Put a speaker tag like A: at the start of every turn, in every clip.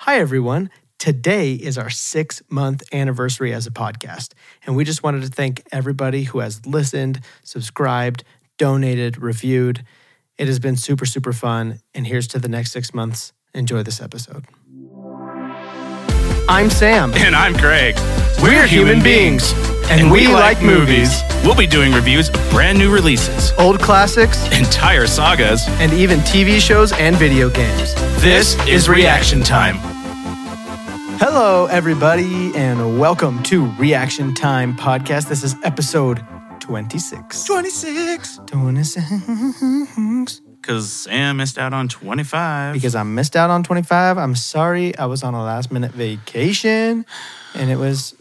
A: Hi, everyone. Today is our six month anniversary as a podcast, and we just wanted to thank everybody who has listened, subscribed, donated, reviewed. It has been super, super fun. And here's to the next six months. Enjoy this episode. I'm Sam.
B: And I'm Craig.
A: We're human beings, and we like movies.
B: We'll be doing reviews of brand new releases,
A: Old classics,
B: entire sagas.
A: and even TV shows and video games.
B: This is Reaction Time.
A: Hello, everybody, and welcome to Reaction Time Podcast. This is episode 26.
B: 26.
A: 26.
B: Because Sam missed out on 25.
A: Because I missed out on 25. I'm sorry. I was on a last minute vacation and it was,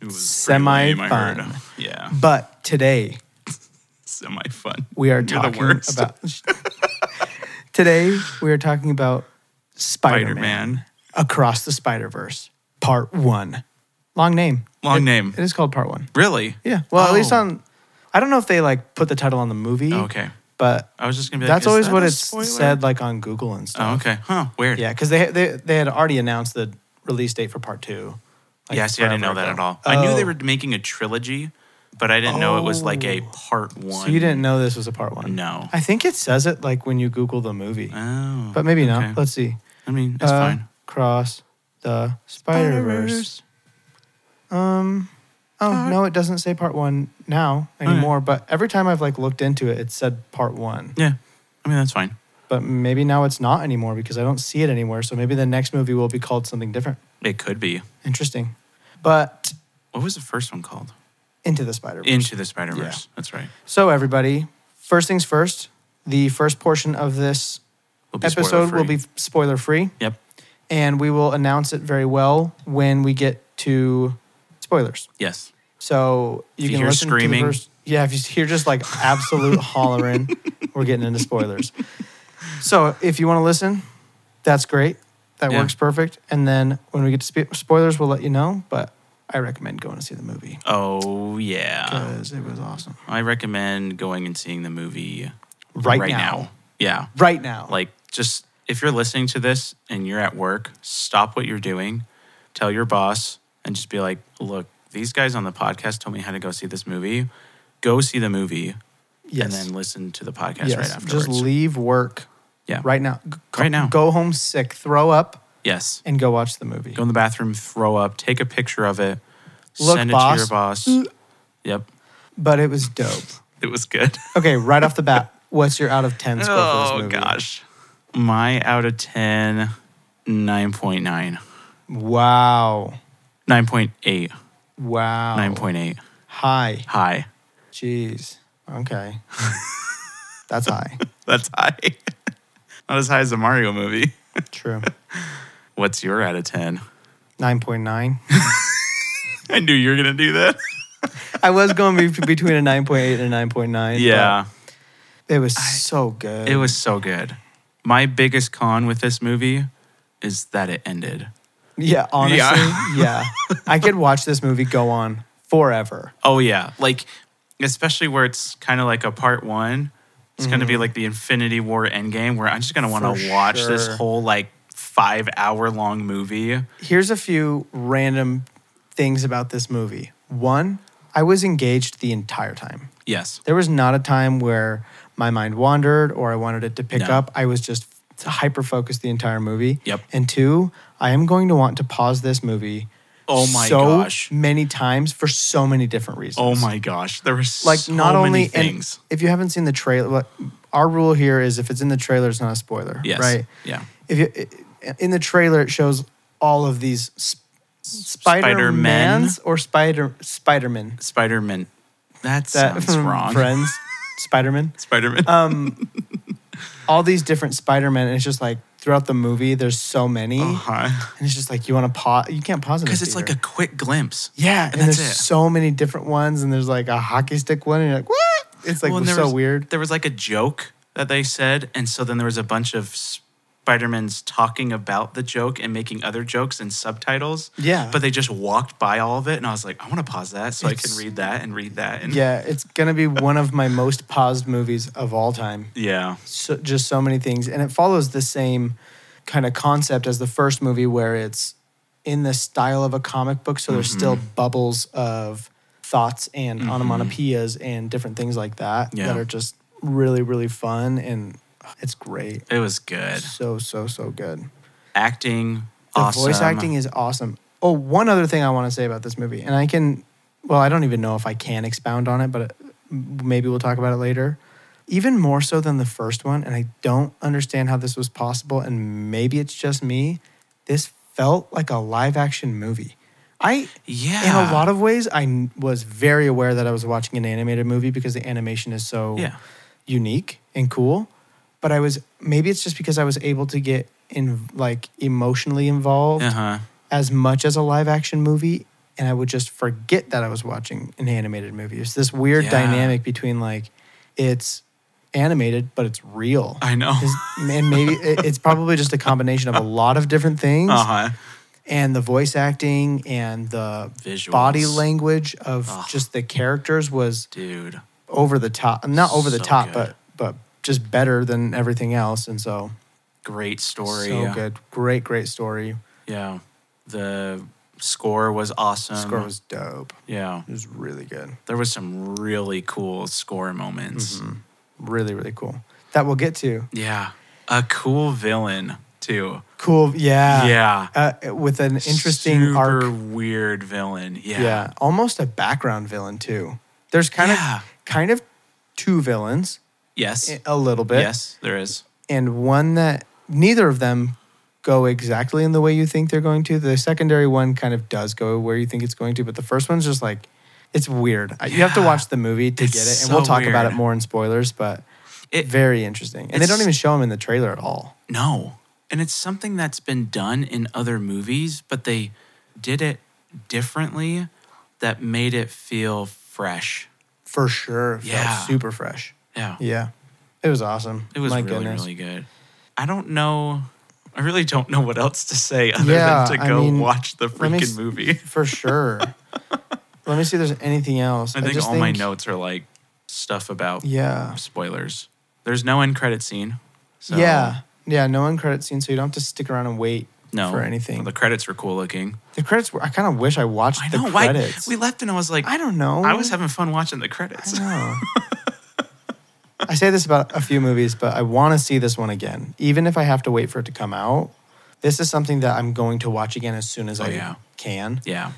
B: it was
A: semi fun.
B: fun. Yeah,
A: But today
B: semi fun.
A: we are
B: You're
A: talking
B: the worst.
A: about. today we are talking about Spider
B: Spider
A: Man
B: Man.
A: Across the Spider Verse, Part One. Long name.
B: Long
A: It-
B: name.
A: It is called Part One.
B: Really?
A: Yeah. Well, at least
B: Oh.
A: on. I don't know if they like put the title on the movie.
B: Okay.
A: But
B: I was just going to be like,
A: that's
B: is
A: always
B: that
A: what
B: a
A: it's
B: spoiler?
A: said like on Google and stuff.
B: Oh, okay. Huh. Weird.
A: Yeah, because they, they they had already announced the release date for part two. like,
B: yeah, see, I didn't know
A: forever
B: that
A: ago.
B: at all. I knew they
A: Oh,
B: were making a trilogy, but I didn't know it was like a
A: Oh.
B: part
A: So
B: one.
A: you didn't know this was a part one?
B: No.
A: I think it says it like when you Google the movie,
B: Oh.
A: but maybe not.
B: okay.
A: Let's see.
B: I mean, it's
A: Uh,
B: fine.
A: Cross the Spider Verse. Um. Oh no, it doesn't say part one now
B: Oh,
A: anymore. But every time I've like looked into it, it said part one.
B: Yeah. I mean, that's fine.
A: But maybe now it's not anymore because I don't see it anywhere. So maybe the next movie will be called something different.
B: It could be.
A: Interesting. But
B: What was the first one called?
A: into the Spider Verse.
B: Into the Spider Verse. That's right.
A: So, everybody, first things first, the first portion of this
B: Will be
A: episode will
B: spoiler-free.
A: be spoiler free,
B: Yep.
A: and we will announce it very well when we get to spoilers.
B: Yes.
A: So, you
B: If you
A: can
B: hear
A: listen
B: screaming.
A: to the first. Yeah, if you hear just like absolute hollering, we're getting into spoilers. So, if you want to listen, that's great. That
B: Yeah.
A: works perfect. And then when we get to sp- spoilers, we'll let you know. But I recommend going to see the movie
B: Oh yeah.
A: because it was awesome.
B: I recommend going and seeing the movie
A: Right,
B: Yeah.
A: Right now.
B: Like just if you're listening to this and you're at work, stop what you're doing, tell your boss, and just be like, "Look, these guys on the podcast told me how to go see this movie. Go see the movie,
A: yes.
B: and then listen to the podcast right afterwards."
A: Just leave work
B: yeah.
A: right now. G-
B: Right now.
A: Go home sick, throw up,
B: Yes.
A: and go watch the movie.
B: go in the bathroom, throw up, take a picture of it,
A: Look,
B: send it to your boss. Yep.
A: But it was dope.
B: It was good.
A: Okay, right off the bat, what's your out of 10 score for this
B: oh
A: movie?
B: gosh. My out of 10 9.9.
A: Wow.
B: 9.8.
A: Wow.
B: 9.8.
A: High.
B: High.
A: Jeez. Okay. That's high.
B: That's high. Not as high as the Mario movie.
A: True.
B: What's your out of 10?
A: 9.9.
B: I knew you were going to do that.
A: I was going be- between a 9.8 and a 9.9. but
B: Yeah.
A: It was so good.
B: It was so good. My biggest con with this movie is that it ended.
A: Yeah, honestly.
B: Yeah.
A: yeah. I could watch this movie go on forever.
B: Oh yeah, like especially where it's kind of like a part one. It's going to be like the Infinity War Endgame, where I'm just going to want
A: For
B: to watch this
A: sure.
B: whole like five hour long movie.
A: here's a few random things about this movie. One, I was engaged the entire time.
B: Yes,
A: There was not a time where my mind wandered or I wanted it to pick
B: No.
A: up. I was just hyper focused the entire movie.
B: Yep.
A: And two, I am going to want to pause this movie.
B: Oh my
A: so
B: gosh.
A: Many times for so many different reasons.
B: Oh my gosh, there were
A: Like
B: so
A: not
B: many
A: only and
B: things.
A: if you haven't seen the trailer, like, our rule here is if it's in the trailer, it's not a spoiler.
B: yes,
A: Right
B: Yeah,
A: if you in the trailer it shows all of these sp- spider
B: Spider-Men?
A: mans or spider spider-man
B: Spider Man. That,
A: that
B: sounds wrong.
A: friends spider-man
B: Spider Man.
A: um all these different spider-men and it's just like throughout the movie there's so many
B: Because
A: and it's just like you want to pause you can't pause because
B: Uh-huh. it's like a quick glimpse.
A: yeah and,
B: and that's
A: there's
B: it.
A: so many different ones and there's like a hockey stick one and you're like what it's like
B: Well, and there
A: so
B: was-
A: weird
B: There was like a joke that they said, and so then there was a bunch of Spider-Mans talking about the joke and making other jokes and subtitles.
A: Yeah.
B: But they just walked by all of it, and I was like, I want to pause that so I
A: It's-
B: can read that and read that. And
A: yeah it's gonna be one of my most paused movies of all time
B: Yeah.
A: so, just so many things, and it follows the same kind of concept as the first movie where it's in the style of a comic book. So there's still bubbles of thoughts and onomatopoeias and different things like that
B: Yeah.
A: that are just really, really fun. And it's great.
B: It was good.
A: So, so, so good.
B: Acting,
A: The
B: awesome.
A: voice acting is awesome. Oh, one other thing I want to say about this movie, and I can, well, I don't even know if I can expound on it, but uh, maybe we'll talk about it later. Even more so than the first one, and I don't understand how this was possible, and maybe it's just me. This felt like a live action movie. I,
B: Yeah.
A: in a lot of ways, I n- was very aware that I was watching an animated movie because the animation is so
B: Yeah.
A: unique and cool. But I was maybe it's just because I was able to get in like emotionally involved
B: Uh huh.
A: as much as a live action movie, and I would just forget that I was watching an animated movie. It's this weird
B: Yeah.
A: dynamic between like it's animated but it's real.
B: I know.
A: It's- and maybe it- it's probably just a combination of a lot of different things
B: Uh huh.
A: and the voice acting and the
B: Visuals.
A: body language of
B: Ugh.
A: just the characters was
B: Dude.
A: over the top not over the
B: So
A: top
B: good.
A: but but just better than everything else and so
B: Great story.
A: so good great great story
B: Yeah. The score was awesome.
A: score was dope
B: Yeah.
A: it was really good
B: There was some really cool score moments.
A: Mm-hmm. really really cool that we'll get to
B: Yeah. A cool villain too.
A: cool yeah
B: yeah.
A: uh, with an interesting
B: Super
A: arc
B: weird villain. Yeah.
A: yeah. almost a background villain too there's kind
B: Yeah.
A: of kind of two villains eh,
B: Yes.
A: a little bit
B: yes, there is.
A: and one that neither of them go exactly in the way you think they're going to. The secondary one kind of does go where you think it's going to, but the first one's just like it's weird. I You have to
B: Yeah.
A: watch the movie to
B: It's
A: get it, and
B: so
A: we'll talk about it
B: weird.
A: more in spoilers. But
B: It,
A: very interesting, and they don't
B: It's-
A: even show him in the trailer at all.
B: No. And it's something that's been done in other movies, but they did it differently that made it feel fresh.
A: For sure, it felt
B: Yeah.
A: super fresh.
B: Yeah.
A: Yeah, it was awesome.
B: It was
A: My
B: really,
A: goodness.
B: really good. I don't know. I really don't know what else to say other
A: Yeah,
B: than to
A: I
B: go
A: mean,
B: watch the
A: let me
B: freaking
A: s-
B: movie.
A: for sure. Let me see if there's anything else.
B: I think
A: just
B: all my notes are like stuff about
A: Yeah,
B: spoilers. There's no end credit scene. So
A: yeah, yeah. No end credit scene, so you don't have to stick around and wait
B: No.
A: for anything.
B: The credits were cool looking.
A: The credits were. I kind of wish I watched
B: I
A: the
B: know. Why?
A: credits.
B: We left and I was like,
A: I don't know.
B: I was having fun watching the
A: I
B: credits.
A: know. I say this about a few movies, but I want to see this one again, even if I have to wait for it to come out. This is something that I'm going to watch again as soon as
B: Oh,
A: I
B: yeah.
A: can,
B: Yeah,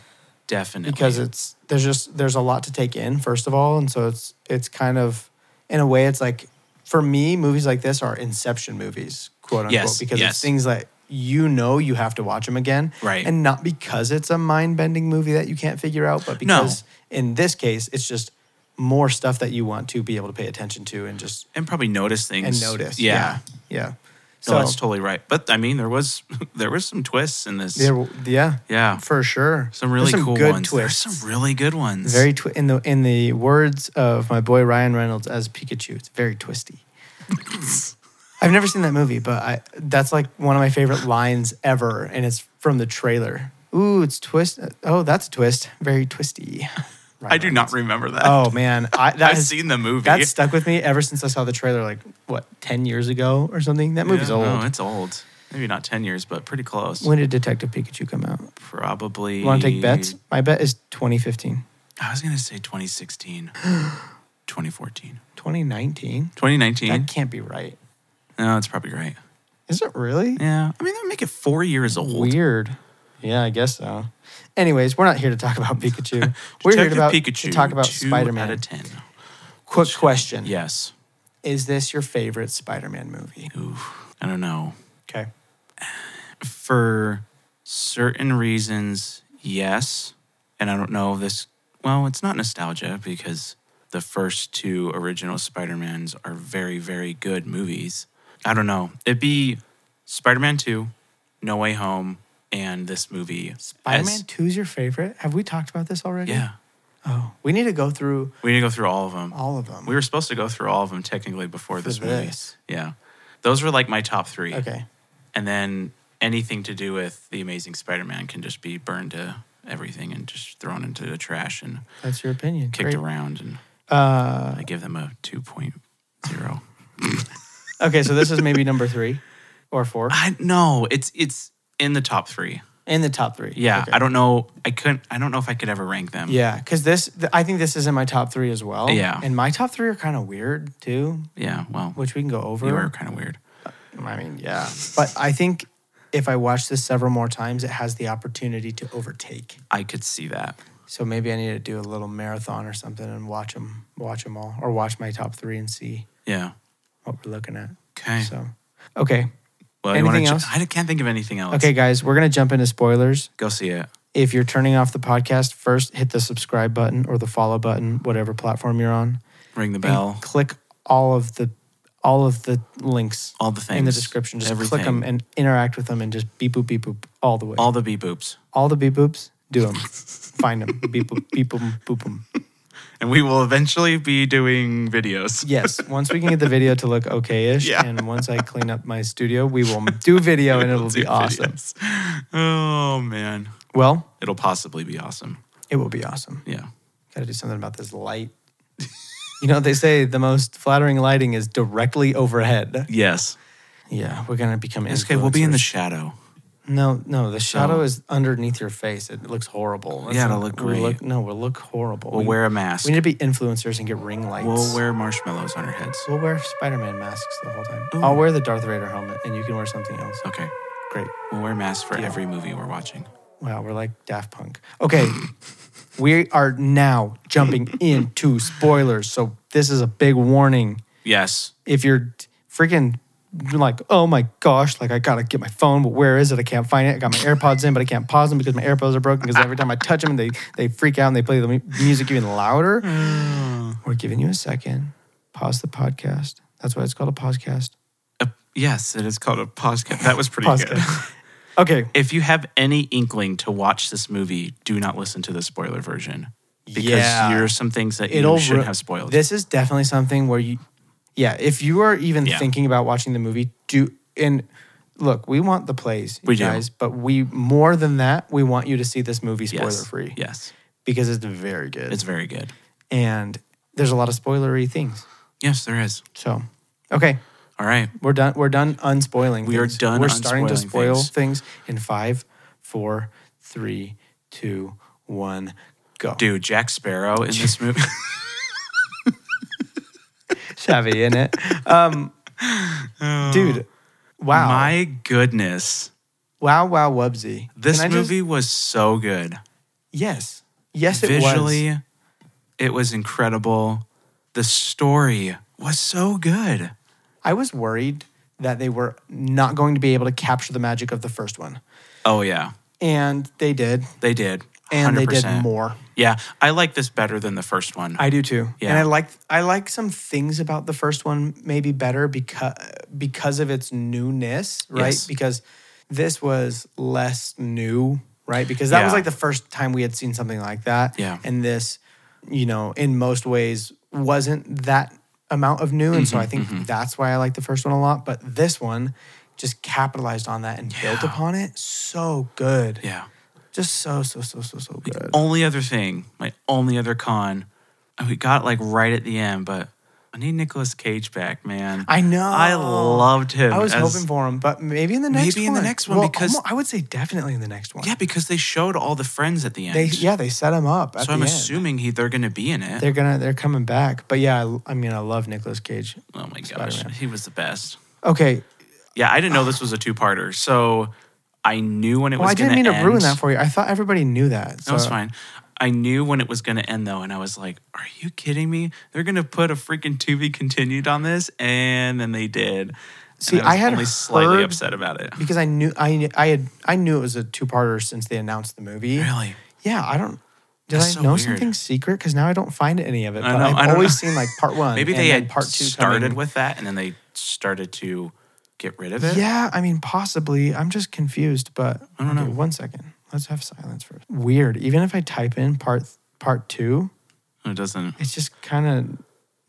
B: definitely.
A: because it's there's just there's a lot to take in first of all, and so it's it's kind of in a way it's like for me movies like this are inception movies, quote unquote,
B: Yes,
A: because
B: yes.
A: it's things that you know you have to watch them again,
B: Right.
A: And not because it's a mind bending movie that you can't figure out, but
B: No.
A: because in this case, it's just more stuff that you want to be able to pay attention to and just
B: and probably notice things
A: and notice.
B: Yeah,
A: yeah. yeah.
B: so
A: So
B: that's totally right. But I mean, there was there was some twists in this.
A: there, yeah,
B: yeah,
A: for sure.
B: some really
A: There's some
B: cool
A: good
B: ones.
A: Twists.
B: There's some really good ones.
A: very twi- in the in the words of my boy Ryan Reynolds as Pikachu. It's very twisty. I've never seen that movie, but I that's like one of my favorite lines ever, and it's from the trailer. Ooh, it's twist. Oh, that's a twist. Very twisty. Ryan
B: I do
A: Reynolds.
B: not remember that.
A: Oh man, I, that
B: I've
A: has-
B: seen the movie.
A: That stuck with me ever since I saw the trailer, like what ten years ago or something. That movie's
B: Yeah,
A: old.
B: No, it's old. Maybe not ten years, but pretty close.
A: when did Detective Pikachu come out?
B: probably.
A: You want to take bets? My bet is 2015,
B: I was gonna say 2016, 2014,
A: 2019.
B: 2019.
A: That can't be right.
B: No, that's probably right.
A: Is it really?
B: Yeah, I mean that would make it four years old.
A: Weird. Yeah, I guess so. Anyways, we're not here to talk about Pikachu. we're here
B: Detective
A: to, about,
B: Pikachu.
A: to talk about
B: two
A: Spider
B: out
A: Man.
B: of ten.
A: Quick question:
B: Yes.
A: Is this your favorite Spider Man movie?
B: Ooh, I don't know.
A: Okay.
B: For certain reasons, yes. And I don't know if this, well, it's not nostalgia because the first two original Spider-Mans are very, very good movies. I don't know. It'd be Spider-Man 2, No Way Home, and this movie. as-
A: Spider Man Two is your favorite. Have we talked about this already?
B: Yeah.
A: Oh, we need to go through
B: We need to go through all of them.
A: all of them.
B: we were supposed to go through all of them technically before
A: For
B: this movie. Yeah. Those were like my top three.
A: Okay.
B: and then anything to do with the Amazing Spider-Man can just be burned to everything and just thrown into the trash and
A: That's your opinion.
B: kicked
A: Great.
B: around. And
A: Uh,
B: I give them a 2.0.
A: okay, so this is maybe number three. or four
B: I no, it's it's in the top three.
A: in the top three.
B: Yeah,
A: Okay.
B: I don't know. I couldn't. I don't know if I could ever rank them.
A: Yeah, because this, th- I think this is in my top three as well.
B: Yeah.
A: and my top three are kind of weird too,
B: Yeah. Well,
A: which we can go over.
B: you were kind of weird.
A: I mean, yeah, but I think if I watch this several more times, it has the opportunity to overtake.
B: I could see that.
A: So maybe I need to do a little marathon or something and watch them, watch them all, or watch my top three and see
B: Yeah.
A: what we're looking at.
B: Okay.
A: So, okay,
B: well, you wanna
A: anything
B: ju-
A: else?
B: I can't think of anything else.
A: okay, guys, we're gonna jump into spoilers.
B: Go see it.
A: If you're turning off the podcast, first hit the subscribe button or the follow button, whatever platform you're on.
B: Ring the
A: and
B: bell.
A: click all of the all of the links
B: All the things
A: in the description. Just
B: everything,
A: click them and interact with them, and just beep boop beep boop all the way.
B: all the beep boops,
A: All the beep boops, do them. Find them. Beep boop beep boop boop them.
B: and we will eventually be doing videos.
A: Yes. Once we can get the video to look okay-ish,
B: Yeah.
A: and once I clean up my studio, we will do video, and it'll be
B: Do
A: awesome.
B: videos. Oh man,
A: Well,
B: it'll possibly be awesome.
A: it will be awesome.
B: Yeah.
A: Got to do something about this light. You know, they say the most flattering lighting is directly overhead.
B: Yes.
A: Yeah, we're gonna become.
B: It's okay. We'll be in the
A: influencers.
B: shadow.
A: No, no, the shadow
B: No.
A: is underneath your face. It looks horrible. That's
B: Yeah, it'll
A: not-
B: look
A: we
B: great.
A: no, we'll look horrible.
B: We'll
A: we,
B: wear a mask.
A: We need to be influencers and get ring lights.
B: We'll wear marshmallows on our heads.
A: We'll wear Spider-Man masks the whole time.
B: Ooh. Oh.
A: I'll wear the Darth Vader helmet, and you can wear something else.
B: Okay.
A: Great.
B: We'll wear masks for
A: Deal.
B: every movie we're watching.
A: Wow, we're like Daft Punk. Okay, we are now jumping into spoilers. So this is a big warning.
B: Yes.
A: if you're freaking like, oh my gosh, like I gotta get my phone, but where is it? I can't find it. I got my AirPods in, but I can't pause them because my AirPods are broken. Because every time I touch them, they they freak out and they play the mu- music even louder. We're giving you a second. Pause the podcast. That's why it's called a podcast.
B: Uh, yes, it is called a podcast. That was pretty good.
A: Podcast. Okay.
B: If you have any inkling to watch this movie, do not listen to the spoiler version because
A: Yeah.
B: there are some things that
A: It'll
B: you should
A: ru-
B: have spoiled.
A: This is definitely something where you, yeah, if you are even
B: Yeah.
A: thinking about watching the movie, do and look, we want the plays, you
B: We do.
A: guys, but we more than that, we want you to see this movie spoiler
B: yes.
A: free
B: Yes,
A: because it's very good.
B: it's very good.
A: and there's a lot of spoilery things.
B: Yes, there is.
A: So, okay,
B: All right.
A: we're done. We're done unspoiling.
B: We are
A: things.
B: done
A: We're starting to
B: unspoiling
A: spoil things.
B: things.
A: in five, four, three, two, one, go.
B: Dude, Jack Sparrow in this movie.
A: Chevy in it, um, dude. Wow,
B: Oh. My goodness.
A: wow, wow, Wubsy.
B: This
A: Can I just-
B: movie was so good.
A: yes, yes, it
B: Visually,
A: was.
B: it was incredible. The story was so good.
A: I was worried that they were not going to be able to capture the magic of the first one,
B: Oh yeah,
A: and they did,
B: they did.
A: and they did
B: 100%.
A: more.
B: Yeah, I like this better than the first one.
A: I do too. And
B: Yeah.
A: I like I like some things about the first one maybe better because because of its newness, right?
B: Yes.
A: Because this was less new, right? Because that was
B: Yeah.
A: like the first time we had seen something like that.
B: Yeah.
A: And this, you know, in most ways wasn't that amount of new. And so
B: Mm-hmm,
A: I think that's why I like the first one a lot. But this one just capitalized on that and built
B: Yeah.
A: upon it. So good.
B: yeah.
A: Just so, so, so, so, so good.
B: Only other thing, my only other con, and we got like right at the end, but I need Nicolas Cage back, man.
A: I know.
B: I loved him.
A: I was
B: as-
A: hoping for him, but maybe in the next
B: Maybe
A: one.
B: in the next one,
A: Well,
B: because-
A: almo- I would say definitely in the next one.
B: Yeah, because they showed all the friends at the end.
A: They yeah, they set him up. At
B: so
A: the
B: I'm
A: end.
B: assuming he they're gonna be in it.
A: they're gonna they're coming back. But yeah, I, I mean I love Nicolas Cage.
B: oh my gosh,
A: Spider-Man.
B: he was the best.
A: Okay.
B: Yeah, I didn't know this was a two-parter, so I knew when it
A: Well,
B: was.
A: I didn't
B: gonna
A: mean to
B: end.
A: ruin that for you. I thought everybody knew that. So
B: No, it's fine. I knew when it was going to end though, and I was like, "Are you kidding me? They're going to put a freaking to be continued on this," and then they did. And
A: See,
B: was
A: I had
B: only slightly
A: heard-
B: upset about it.
A: Because I knew I I had I knew it was a two parter since they announced the movie.
B: Really?
A: Yeah, I don't did
B: That's
A: I
B: so
A: know
B: weird.
A: something secret? Because now I don't find any of it.
B: I
A: But
B: know, I
A: I've
B: don't
A: always
B: know.
A: seen like part one.
B: Maybe
A: and
B: they
A: then
B: had
A: part two
B: started
A: coming.
B: with that, and then they started to get rid of it.
A: Yeah, I mean, possibly. I'm just confused, but I don't know. One second. Let's have silence first. Weird. Even if I type in part part two,
B: it doesn't.
A: it's just kind of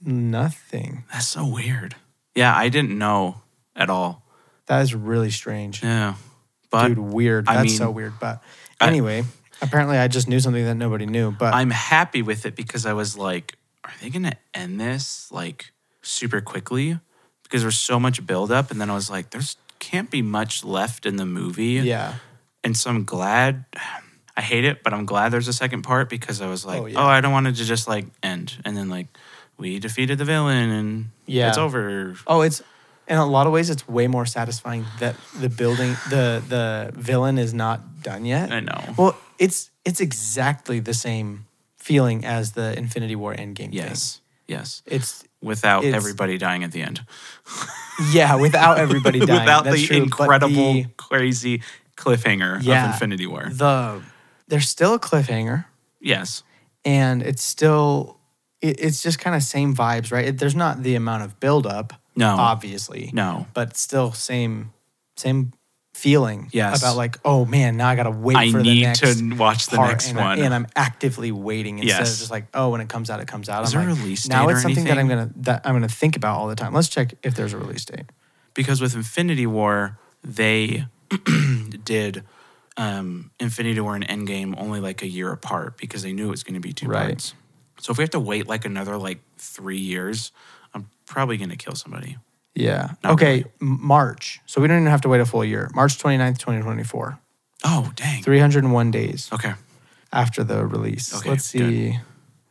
A: nothing.
B: That's so weird. Yeah, I didn't know at all.
A: That is really strange,
B: Yeah, but
A: dude. Weird.
B: I
A: That's
B: mean-
A: so weird. But
B: I-
A: anyway, apparently, I just knew something that nobody knew. But
B: I'm happy with it because I was like, are they going to end this like super quickly? Because there's so much buildup. And then I was like, there's can't be much left in the movie.
A: Yeah.
B: And so I'm glad. I hate it, but I'm glad there's a second part because I was like,
A: Oh,
B: oh,
A: yeah.
B: I don't want it to just like end. And then like we defeated the villain and
A: Yeah.
B: it's over.
A: Oh, it's in a lot of ways it's way more satisfying that the building the the villain is not done yet.
B: I know.
A: Well, it's it's exactly the same feeling as the Infinity War Endgame
B: yes. Yes.
A: thing. It's
B: Without
A: It's-
B: everybody dying at the end.
A: yeah, without everybody dying.
B: Without
A: That's
B: the
A: true, but
B: incredible,
A: the-
B: crazy cliffhanger
A: Yeah.
B: of Infinity War.
A: the there's still a cliffhanger
B: yes.
A: and it's still it, it's just kind of same vibes right It- there's not the amount of buildup
B: No.
A: obviously
B: No.
A: but still same same feeling
B: Yes.
A: about like oh man now i gotta wait
B: I
A: for the
B: need
A: next
B: to watch the
A: part,
B: next
A: and,
B: one.
A: I, and i'm actively waiting instead of
B: Yes.
A: just like oh when it comes out it comes out
B: Is
A: I'm
B: there a
A: like,
B: release
A: now
B: date
A: it's
B: or
A: something that i'm
B: anything?
A: gonna that i'm gonna think about all the time let's check if there's a release date
B: because with Infinity War, they did um, Infinity War and Endgame only like a year apart because they knew it was going to be two
A: Right.
B: parts. So if we have to wait like another like three years, I'm probably going to kill somebody.
A: yeah
B: Not
A: okay
B: really.
A: M- march so we don't even have to wait a full year march 29th 2024
B: Oh dang!
A: 301 days
B: Okay,
A: after the release.
B: Okay,
A: Let's see.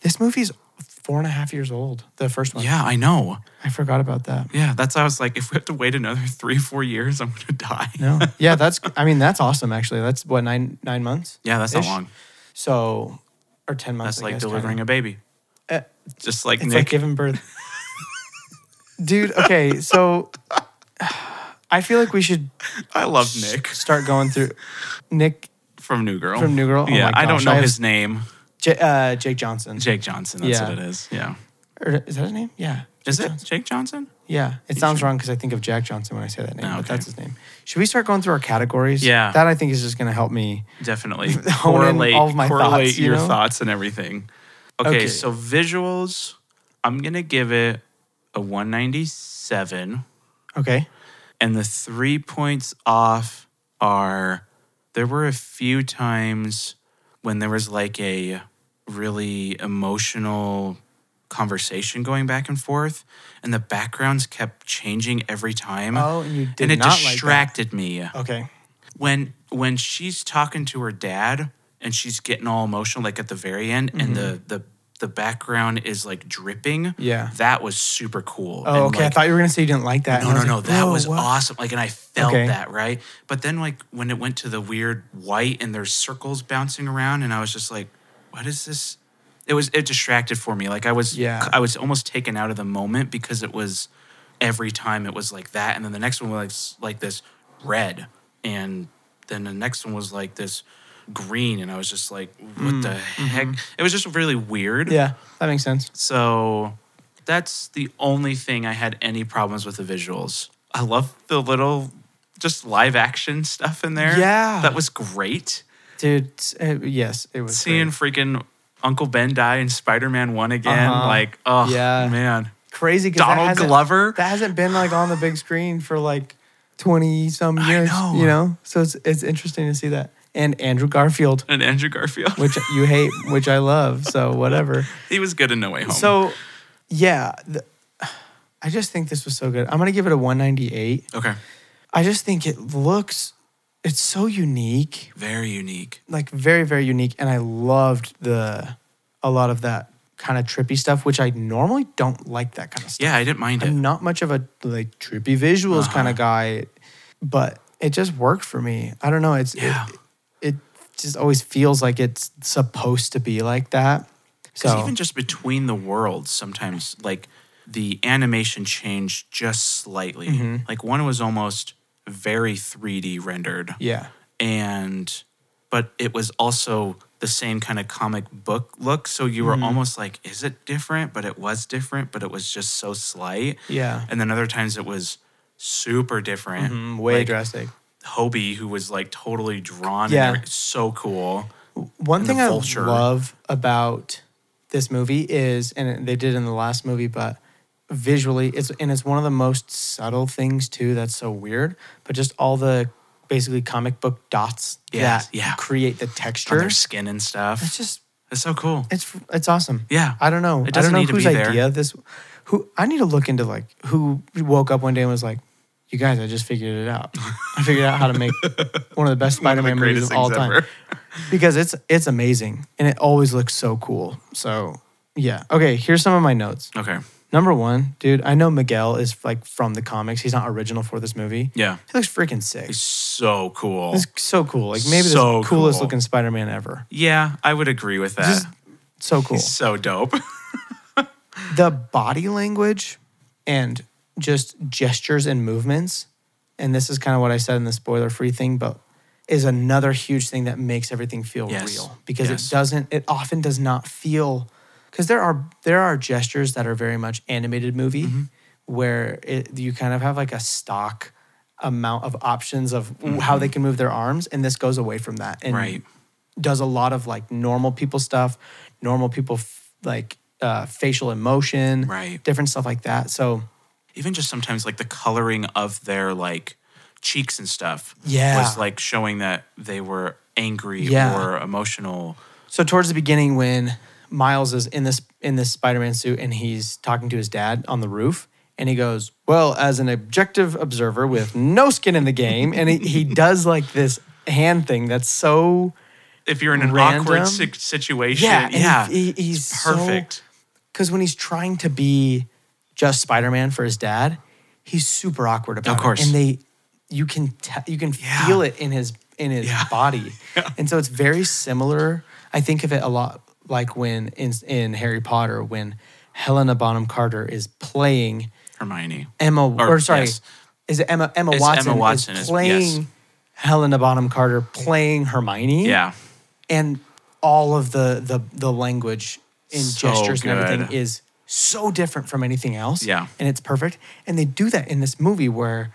A: This movie's four and a half years old. The first one.
B: yeah, I know.
A: I forgot about that.
B: Yeah, that's how I was like, if we have to wait another three four years, I'm going to die.
A: No. Yeah, that's. I mean, that's awesome. Actually, that's what nine nine months.
B: Yeah, that's not
A: Ish.
B: long.
A: So, or ten months.
B: That's like delivering a baby.
A: Uh,
B: Just like
A: It's
B: Nick.
A: like giving birth. Dude. Okay. So, I feel like we should
B: I love Nick
A: start going through Nick
B: from New Girl.
A: From New Girl? Oh
B: Yeah,
A: my
B: I
A: gosh,
B: don't know
A: I have-
B: his name.
A: J, uh, Jake Johnson.
B: Jake Johnson. That's
A: Yeah.
B: what it is. Yeah.
A: Or is that his name? Yeah.
B: Is it Jake Johnson?
A: Yeah, it sounds wrong because I think of Jack Johnson when I say that name,
B: Oh,
A: but
B: okay.
A: that's his name. Should we start going through our categories?
B: Yeah.
A: that I think is just going to help me.
B: Definitely
A: Hone in
B: correlate
A: all of my
B: correlate
A: thoughts, you
B: your
A: know?
B: thoughts and everything. Okay,
A: Okay.
B: so visuals, I'm gonna give it a 197,
A: Okay,
B: and the three points off are there were a few times when there was like a really emotional conversation going back and forth, and the backgrounds kept changing every time.
A: Oh, and you did
B: and it
A: not like that.
B: distracted me
A: okay,
B: when when she's talking to her dad and she's getting all emotional like at the very end
A: Mm-hmm.
B: and the the the background is like dripping
A: Yeah.
B: that was super cool
A: oh,
B: And,
A: okay. I
B: like,
A: thought you were going to say you didn't like that.
B: no
A: and I
B: no
A: was
B: no
A: like,
B: that
A: whoa,
B: was
A: what?
B: awesome like and i felt
A: Okay.
B: that right but then like when it went to the weird white and there's circles bouncing around and i was just like what is this it was it distracted for me like i was
A: Yeah.
B: i was almost taken out of the moment because it was every time it was like that and then the next one was like, like this red and then the next one was like this green and i was just like what the heck it was just really weird
A: Mm, mm-hmm. Yeah, that makes sense.
B: so that's the only thing I had any problems with the visuals. I love the little just live action stuff in there.
A: Yeah.
B: That was great.
A: Dude, s- uh, yes, it was.
B: Seeing
A: great.
B: freaking Uncle Ben die in Spider Man 1 again.
A: Uh-huh.
B: Like, oh,
A: Yeah.
B: man.
A: crazy 'cause that
B: Donald
A: hasn't-
B: Glover?
A: that hasn't been like on the big screen for like twenty some years.
B: know.
A: You know, so it's it's interesting to see that. And Andrew Garfield,
B: And Andrew Garfield.
A: which you hate, which I love. So whatever.
B: he was good in No Way Home.
A: So, yeah, the, I just think this was so good. I'm gonna give it a 198.
B: okay.
A: I just think it looks, it's so unique,
B: Very unique.
A: like very, very unique, and I loved the a lot of that kind of trippy stuff, which I normally don't like that kind of stuff.
B: Yeah, I Uh-huh. didn't mind it.
A: I'm not much of a like trippy visuals kind of guy, but it just worked for me. I don't know. It's
B: Yeah.
A: it, it just always feels like it's supposed to be like that.
B: Because
A: So
B: even just between the worlds, sometimes like the animation changed just slightly.
A: Mm-hmm.
B: Like one was almost very 3D rendered.
A: yeah,
B: and but it was also the same kind of comic book look so you were
A: Mm.
B: almost like is it different but it was different but it was just so slight
A: yeah,
B: and then other times it was super different
A: Mm, way
B: like
A: drastic.
B: hobie who was like totally drawn
A: Yeah.
B: yeah so cool
A: One
B: and
A: thing
B: the
A: I
B: vulture.
A: love about this movie is, and they did in the last movie, but visually, it's and it's one of the most subtle things too. That's so weird, but just all the basically comic book dots
B: Yes,
A: that
B: yeah.
A: create the texture.
B: on their skin and stuff
A: It's just
B: it's so cool
A: it's it's awesome.
B: Yeah.
A: I don't know.
B: It
A: I don't
B: doesn't
A: know
B: need to
A: whose
B: be there.
A: idea this. Who I need to look into like who woke up one day and was like, You guys, I just figured it out. I figured out how to make one of the best
B: One of the
A: Spider-Man movies
B: greatest
A: of all
B: things
A: time
B: ever.
A: because it's it's amazing and it always looks so cool. So yeah, okay. Here's some of my notes.
B: Okay.
A: Number one, dude, I know Miguel is like from the comics. He's not original for this movie.
B: Yeah.
A: He looks freaking sick.
B: He's so cool.
A: It's so cool. Like maybe
B: So
A: the coolest
B: cool.
A: looking Spider-Man ever.
B: Yeah, I would agree with that.
A: Just so cool.
B: He's so dope.
A: the body language and just gestures and movements and this is kind of what i said in the spoiler free thing but is another huge thing that makes everything feel
B: Yes.
A: real because
B: Yes.
A: it doesn't it often does not feel because there are there are gestures that are very much animated movie
B: Mm-hmm.
A: where it, you kind of have like a stock amount of options of how they can move their arms and this goes away from that and
B: Mm-hmm. Right.
A: does a lot of like normal people stuff, normal people f- like uh, facial emotion,
B: Right.
A: Different stuff like that. So
B: Even just sometimes like the coloring of their like cheeks and stuff
A: Yeah.
B: was like showing that they were angry
A: Yeah.
B: or emotional.
A: so towards the beginning when Miles is in this in this Spider-Man suit and he's talking to his dad on the roof and he goes, "Well, as an objective observer with no skin in the game," and he, he does like this hand thing that's so
B: If you're in an
A: Random.
B: awkward si- situation,
A: yeah
B: yeah,
A: and he- he- he's so-
B: perfect.
A: because when he's trying to be just Spider-Man for his dad, he's super awkward about
B: Of course.
A: it. And they, you can te- you can
B: Yeah.
A: feel it in his in his
B: Yeah.
A: body, and so it's very similar. I think of it a lot like when in in Harry Potter when Helena Bonham Carter is playing
B: Hermione.
A: Emma or,
B: Or-
A: sorry,
B: yes.
A: is it Emma Emma
B: It's
A: Watson,
B: Emma Watson
A: is
B: is-
A: playing
B: yes.
A: Helena Bonham Carter playing Hermione
B: Yeah.
A: and all of the the the language and
B: So
A: gestures and everything
B: good.
A: is so different from anything else.
B: Yeah.
A: And it's perfect. And they do that in this movie where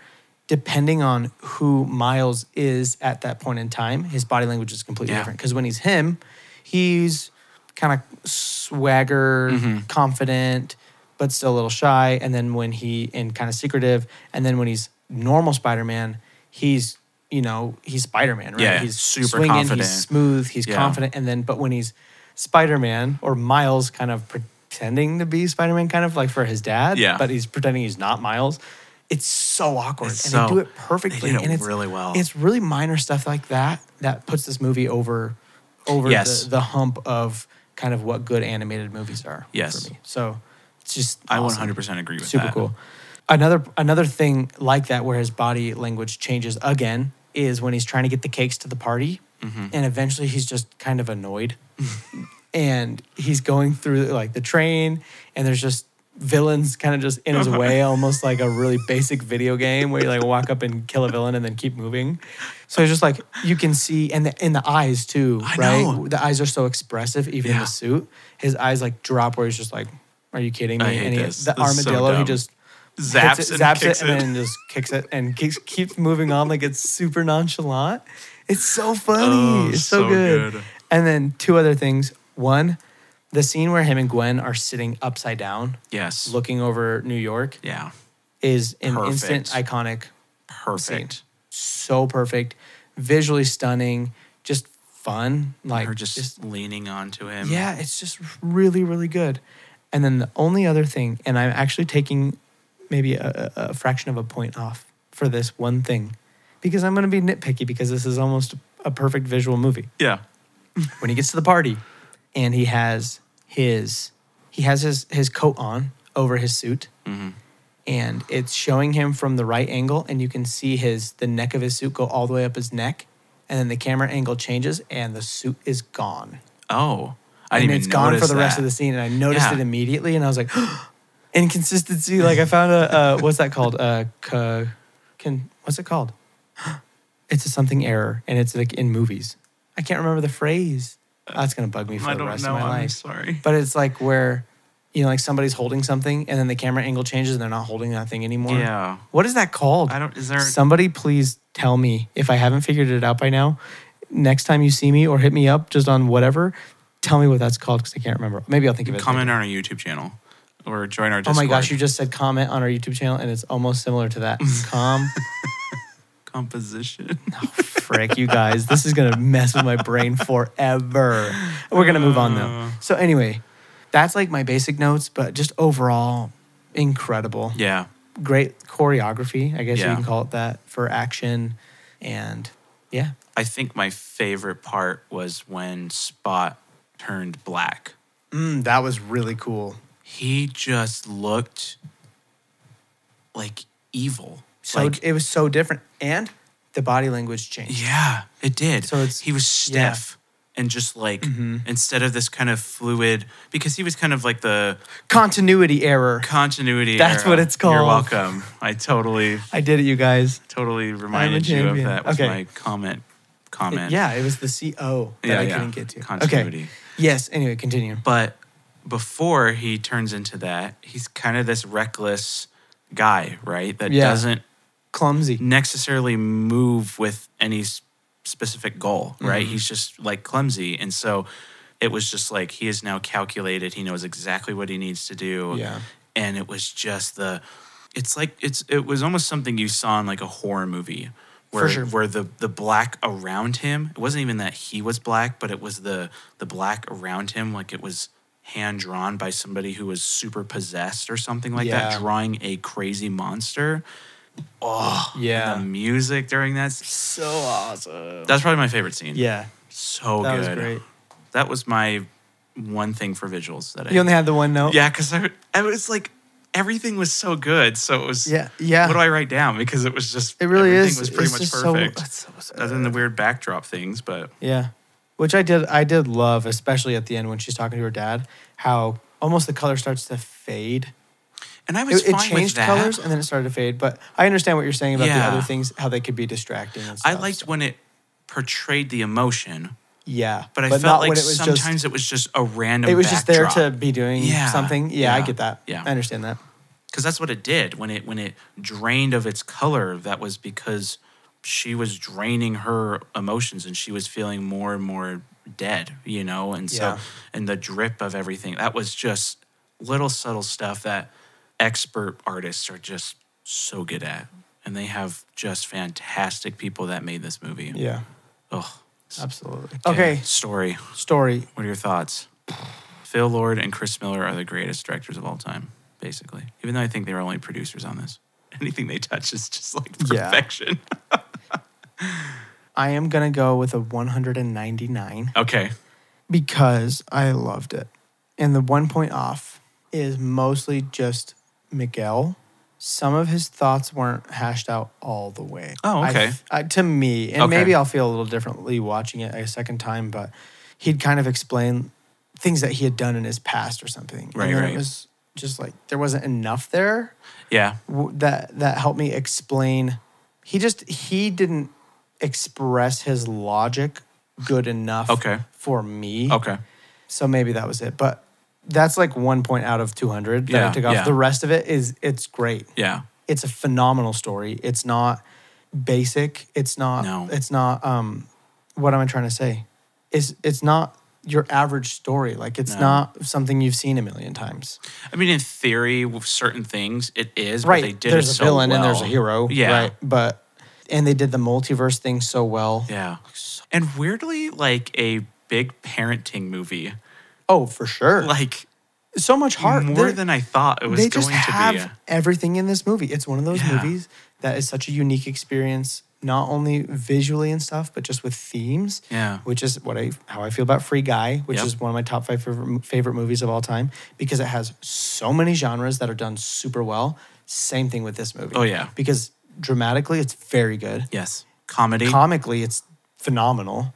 A: depending on who Miles is at that point in time, his body language is completely
B: Yeah.
A: different. Because when he's him, he's kind of swagger,
B: Mm-hmm.
A: confident, but still a little shy. And then when he and kind of secretive. And then when he's normal Spider-Man, he's you know, he's Spider-Man, right?
B: Yeah,
A: he's
B: super
A: swinging,
B: confident.
A: He's smooth, he's
B: Yeah.
A: confident, and then but when he's Spider-Man or Miles, kind of pretending to be Spider-Man, kind of like for his dad,
B: Yeah.
A: but he's pretending he's not Miles. It's so awkward,
B: It's
A: and
B: so-
A: they do it
B: they did
A: perfectly,
B: it
A: and it's
B: really well.
A: It's really minor stuff like that that puts this movie over over
B: Yes.
A: the, the hump of kind of what good animated movies are.
B: Yes.
A: for me. so it's just
B: I
A: awesome.
B: 100% agree with
A: Super
B: that.
A: cool. Another another thing like that where his body language changes again is when he's trying to get the cakes to the party,
B: Mm-hmm.
A: and eventually he's just kind of annoyed, and he's going through like the train, and there's just villains kind of just in his way, almost like a really basic video game where you like walk up and kill a villain and then keep moving. So it's just like you can see, and the, and the eyes too,
B: I
A: right?
B: know.
A: The eyes are so expressive, even in
B: Yeah.
A: the suit. His eyes like drop where he's just like, "Are you kidding me?"
B: I hate
A: and he,
B: this.
A: the
B: This is so
A: armadillo, he
B: dumb.
A: just
B: Zaps
A: hits it,
B: and
A: zaps
B: kicks
A: it,
B: it.
A: and then just kicks it and keeps keeps moving on like it's super nonchalant. It's so funny.
B: Oh,
A: it's so,
B: so
A: good.
B: good.
A: And then two other things. One, the scene where him and Gwen are sitting upside down,
B: Yes.
A: looking over New York,
B: Yeah.
A: is an instant
B: Perfect.
A: iconic
B: Perfect.
A: scene. So perfect, visually stunning, just fun. Like
B: Her just, leaning onto him.
A: yeah, it's just really, really good. And then the only other thing, and I'm actually taking maybe a, a a fraction of a point off for this one thing, because I'm going to be nitpicky because this is almost a perfect visual movie.
B: Yeah.
A: When he gets to the party, and he has his he has his his coat on over his suit, and it's showing him from the right angle, and you can see his the neck of his suit go all the way up his neck, and then the camera angle changes, and the suit is gone
B: Oh. I
A: and
B: didn't
A: it's
B: even
A: gone for
B: notice
A: the rest
B: that.
A: of the scene. And I noticed
B: Yeah.
A: it immediately, and I was like, inconsistency. Like I found a uh, what's that called? Uh, ca- can what's it called? it's a something error, and it's like in movies. I can't remember the phrase. That's gonna bug me for
B: I
A: the
B: don't
A: rest
B: know.
A: of my
B: I'm
A: life.
B: sorry.
A: But it's like where, you know, like somebody's holding something, and then the camera angle changes, and they're not holding that thing anymore.
B: Yeah.
A: What is that called?
B: I don't. Is there?
A: Somebody please tell me if I haven't figured it out by now. Next time you see me or hit me up just on whatever, tell me what that's called because I can't remember. Maybe I'll think of it.
B: comment on our YouTube channel or join our
A: Oh
B: Discord.
A: my gosh, you just said comment on our YouTube channel and it's almost similar to that. Com
B: composition.
A: frick, you guys. This is gonna mess with my brain forever. We're gonna move on
B: Uh.
A: though. So anyway, that's like my basic notes, but just overall, incredible.
B: yeah.
A: great choreography, I guess
B: Yeah.
A: you can call it that, for action. And yeah,
B: I think my favorite part was when Spot turned black. Hmm,
A: mm, that was really cool.
B: He just looked like evil.
A: So
B: like,
A: it was so different. And the body language changed.
B: yeah, it did.
A: So it's-
B: he was
A: yeah. Mm-hmm.
B: stiff and just like instead of this kind of fluid because he was kind of like the
A: Continuity error.
B: continuity.
A: That's
B: era.
A: what it's
B: You're
A: called.
B: welcome. I totally
A: I did it, you guys.
B: totally reminded you of
A: champion.
B: that with
A: Okay.
B: my comment
A: It-
B: comment.
A: yeah, it was the CO that
B: Yeah,
A: I
B: yeah.
A: couldn't get to.
B: Continuity.
A: Okay. Yes. Anyway, continue.
B: But before he turns into that, he's kind of this reckless guy, right? That
A: Yeah.
B: doesn't
A: Clumsy.
B: necessarily move with any s- specific goal, right?
A: Mm-hmm.
B: He's just like clumsy. And so it was just like he is now calculated. He knows exactly what he needs to do.
A: Yeah.
B: And it was just the it's like it's it was almost something you saw in like a horror movie
A: For
B: where
A: sure.
B: where the the black around him, it wasn't even that he was black, but it was the the black around him like it was hand drawn by somebody who was super possessed or something like
A: Yeah.
B: that drawing a crazy monster. Oh,
A: Yeah.
B: The music during that s-
A: so awesome.
B: that's probably my favorite scene.
A: Yeah.
B: So
A: That
B: good.
A: was great.
B: That was my one thing for visuals that I.
A: You only had the one note?
B: yeah, because I, I was like, everything was so good. So it was.
A: Yeah, yeah.
B: What do I write down? Because it was just.
A: It really
B: everything
A: is.
B: was pretty
A: it's
B: much
A: just
B: perfect.
A: So, that's so, so
B: Other than the weird backdrop things, but
A: Yeah. Which I did I did love, especially at the end when she's talking to her dad, how almost the color starts to fade.
B: and I was
A: It, it
B: fine with
A: changed
B: that.
A: colors and then it started to fade. But I understand what you're saying about
B: Yeah.
A: the other things, how they could be distracting. And
B: I
A: stuff,
B: liked
A: so-
B: when it portrayed the emotion,
A: yeah,
B: but I
A: not
B: felt like
A: when it was
B: sometimes
A: just,
B: it was just a random.
A: it was just there to
B: backdrop.
A: be doing
B: Yeah,
A: something. Yeah, I
B: yeah,
A: get that.
B: yeah.
A: I understand that.
B: because that's what it did when it when it drained of its color that was because she was draining her emotions and she was feeling more and more dead you know and so
A: Yeah.
B: and the drip of everything that was just little subtle stuff that expert artists are just so good at and they have just fantastic people that made this movie
A: Yeah,
B: oh
A: absolutely. Okay,
B: story
A: story.
B: what are your thoughts phil lord and chris miller are the greatest directors of all time basically even though i think they were only producers on this anything they touch is just like
A: Yeah.
B: perfection
A: I am gonna go with a 199
B: okay
A: because I loved it, and the one point off is mostly just Miguel. Some of his thoughts weren't hashed out all the way.
B: Oh,
A: I
B: okay.
A: f- I- to me, and
B: Okay.
A: maybe I'll feel a little differently watching it a second time, but he'd kind of explain things that he had done in his past or something.
B: Right,
A: and then
B: right.
A: It was just like there wasn't enough there
B: yeah
A: w- that that helped me explain. He just he didn't express his logic good enough.
B: Okay.
A: For me.
B: okay
A: So maybe that was it, but. That's like one point out of 200 that
B: Yeah,
A: I took off.
B: yeah.
A: The rest of it is, it's great
B: yeah
A: it's a phenomenal story. It's not basic. It's not.
B: No.
A: It's not. Um, what am I trying to say? It's it's not your average story. Like it's
B: No.
A: not something you've seen a million times.
B: i mean in theory with certain things it is
A: Right.
B: but they did
A: there's
B: it
A: a
B: so
A: villain and there's a
B: well.
A: hero.
B: yeah
A: Right. But and they did the multiverse thing so well.
B: yeah and weirdly like a big parenting movie
A: Oh, for sure.
B: like
A: so much heart.
B: more
A: They're-
B: than i thought it was
A: they
B: going
A: just
B: to
A: have
B: be
A: everything in this movie. It's one of those
B: Yeah.
A: movies that is such a unique experience, not only visually and stuff, but just with themes.
B: Yeah.
A: which is what I how I feel about Free Guy, which
B: Yep.
A: is one of my top five favorite, favorite movies of all time because it has so many genres that are done super well. Same thing with this movie.
B: Oh, yeah.
A: because dramatically it's very good.
B: yes comedy
A: Comically, it's phenomenal.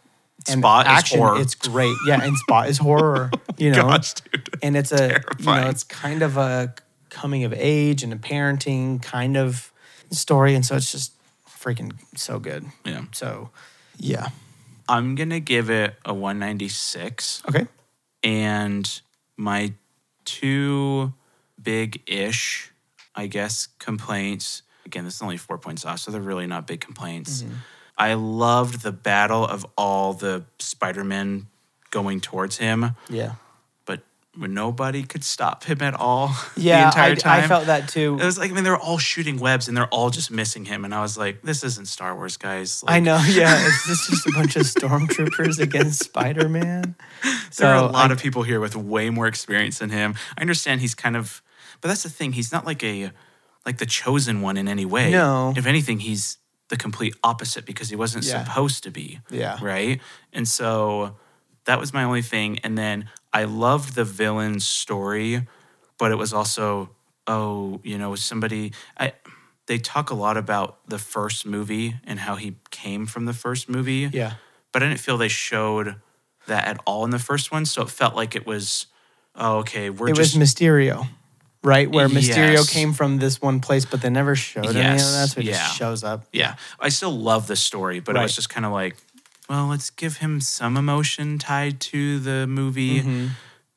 B: Spot is
A: action,
B: horror.
A: it's great. Yeah, and Spot is horror. You know,
B: gosh dude
A: and it's a you
B: Terrifying.
A: know it's kind of a coming of age and a parenting kind of story and so it's just freaking so good
B: yeah
A: so yeah
B: i'm gonna give it a 196
A: okay
B: and my two big ish, I guess, complaints. Again, this is only four points off, so they're really not big complaints.
A: Mm-hmm.
B: I loved the battle of all the Spider Men going towards him,
A: yeah
B: but nobody could stop him at all the
A: yeah
B: entire
A: I,
B: time.
A: I felt that too
B: it was like, I mean, they're all shooting webs and they're all just missing him. And I was like, this isn't Star Wars, guys. Like,
A: i know yeah it's just, just a bunch of stormtroopers against spider-man so
B: There are a lot
A: I-
B: of people here with way more experience than him. I understand he's kind of, but that's the thing. He's not like a like the chosen one in any way.
A: No.
B: If anything, he's the complete opposite because he wasn't
A: Yeah.
B: supposed to be.
A: Yeah.
B: Right. And so that was my only thing. And then I loved the villain's story, but it was also, oh, you know, somebody I they talk a lot about the first movie and how he came from the first movie
A: Yeah.
B: but I didn't feel they showed that at all in the first one. So it felt like it was, oh, okay, we're
A: it
B: just
A: was Mysterio, right? Where Mysterio
B: Yes.
A: came from this one place, but they never showed any of
B: Yes,
A: that. So he
B: yeah.
A: just shows up.
B: yeah. I still love the story, but I was
A: Right.
B: just kind of like, well, let's give him some emotion tied to the movie
A: Mm-hmm.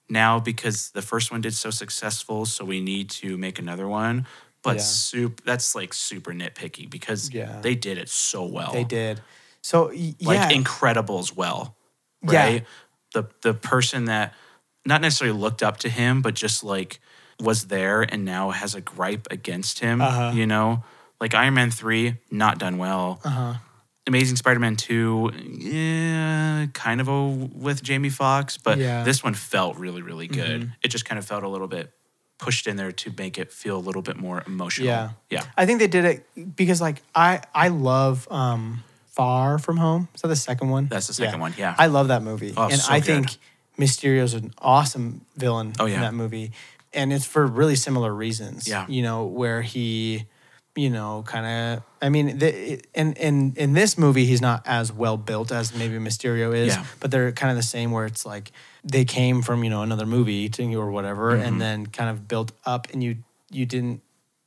B: now because the first one did so successful, so we need to make another one. But
A: Yeah.
B: sup- that's like super nitpicky because
A: Yeah.
B: they did it so well.
A: They did. So y- yeah,
B: like incredible as well.
A: Yeah.
B: Right? The the person that not necessarily looked up to him, but just like was there and now has a gripe against him.
A: Uh-huh.
B: You know? Like Iron Man three, not done well.
A: uh-huh.
B: Amazing Spider Man two, yeah, kind of a with Jamie Foxx, but
A: Yeah. Mm-hmm.
B: this one felt really, really good. It just kind of felt a little bit pushed in there to make it feel a little bit more emotional.
A: Yeah.
B: Yeah.
A: I think they did it because like I I love um Far From Home. Is that the second one?
B: That's the second one, yeah.
A: I love that movie.
B: Oh,
A: and
B: so
A: I
B: good.
A: think Mysterio's an awesome villain
B: Oh, yeah.
A: in that movie. And it's for really similar reasons.
B: Yeah.
A: You know, where he you know, kind of. I mean, the, it- in in in this movie, he's not as well built as maybe Mysterio is,
B: Yeah.
A: but they're kind of the same. Where it's like they came from you know another movie to or whatever,
B: Mm-hmm.
A: and then kind of built up, and you you didn't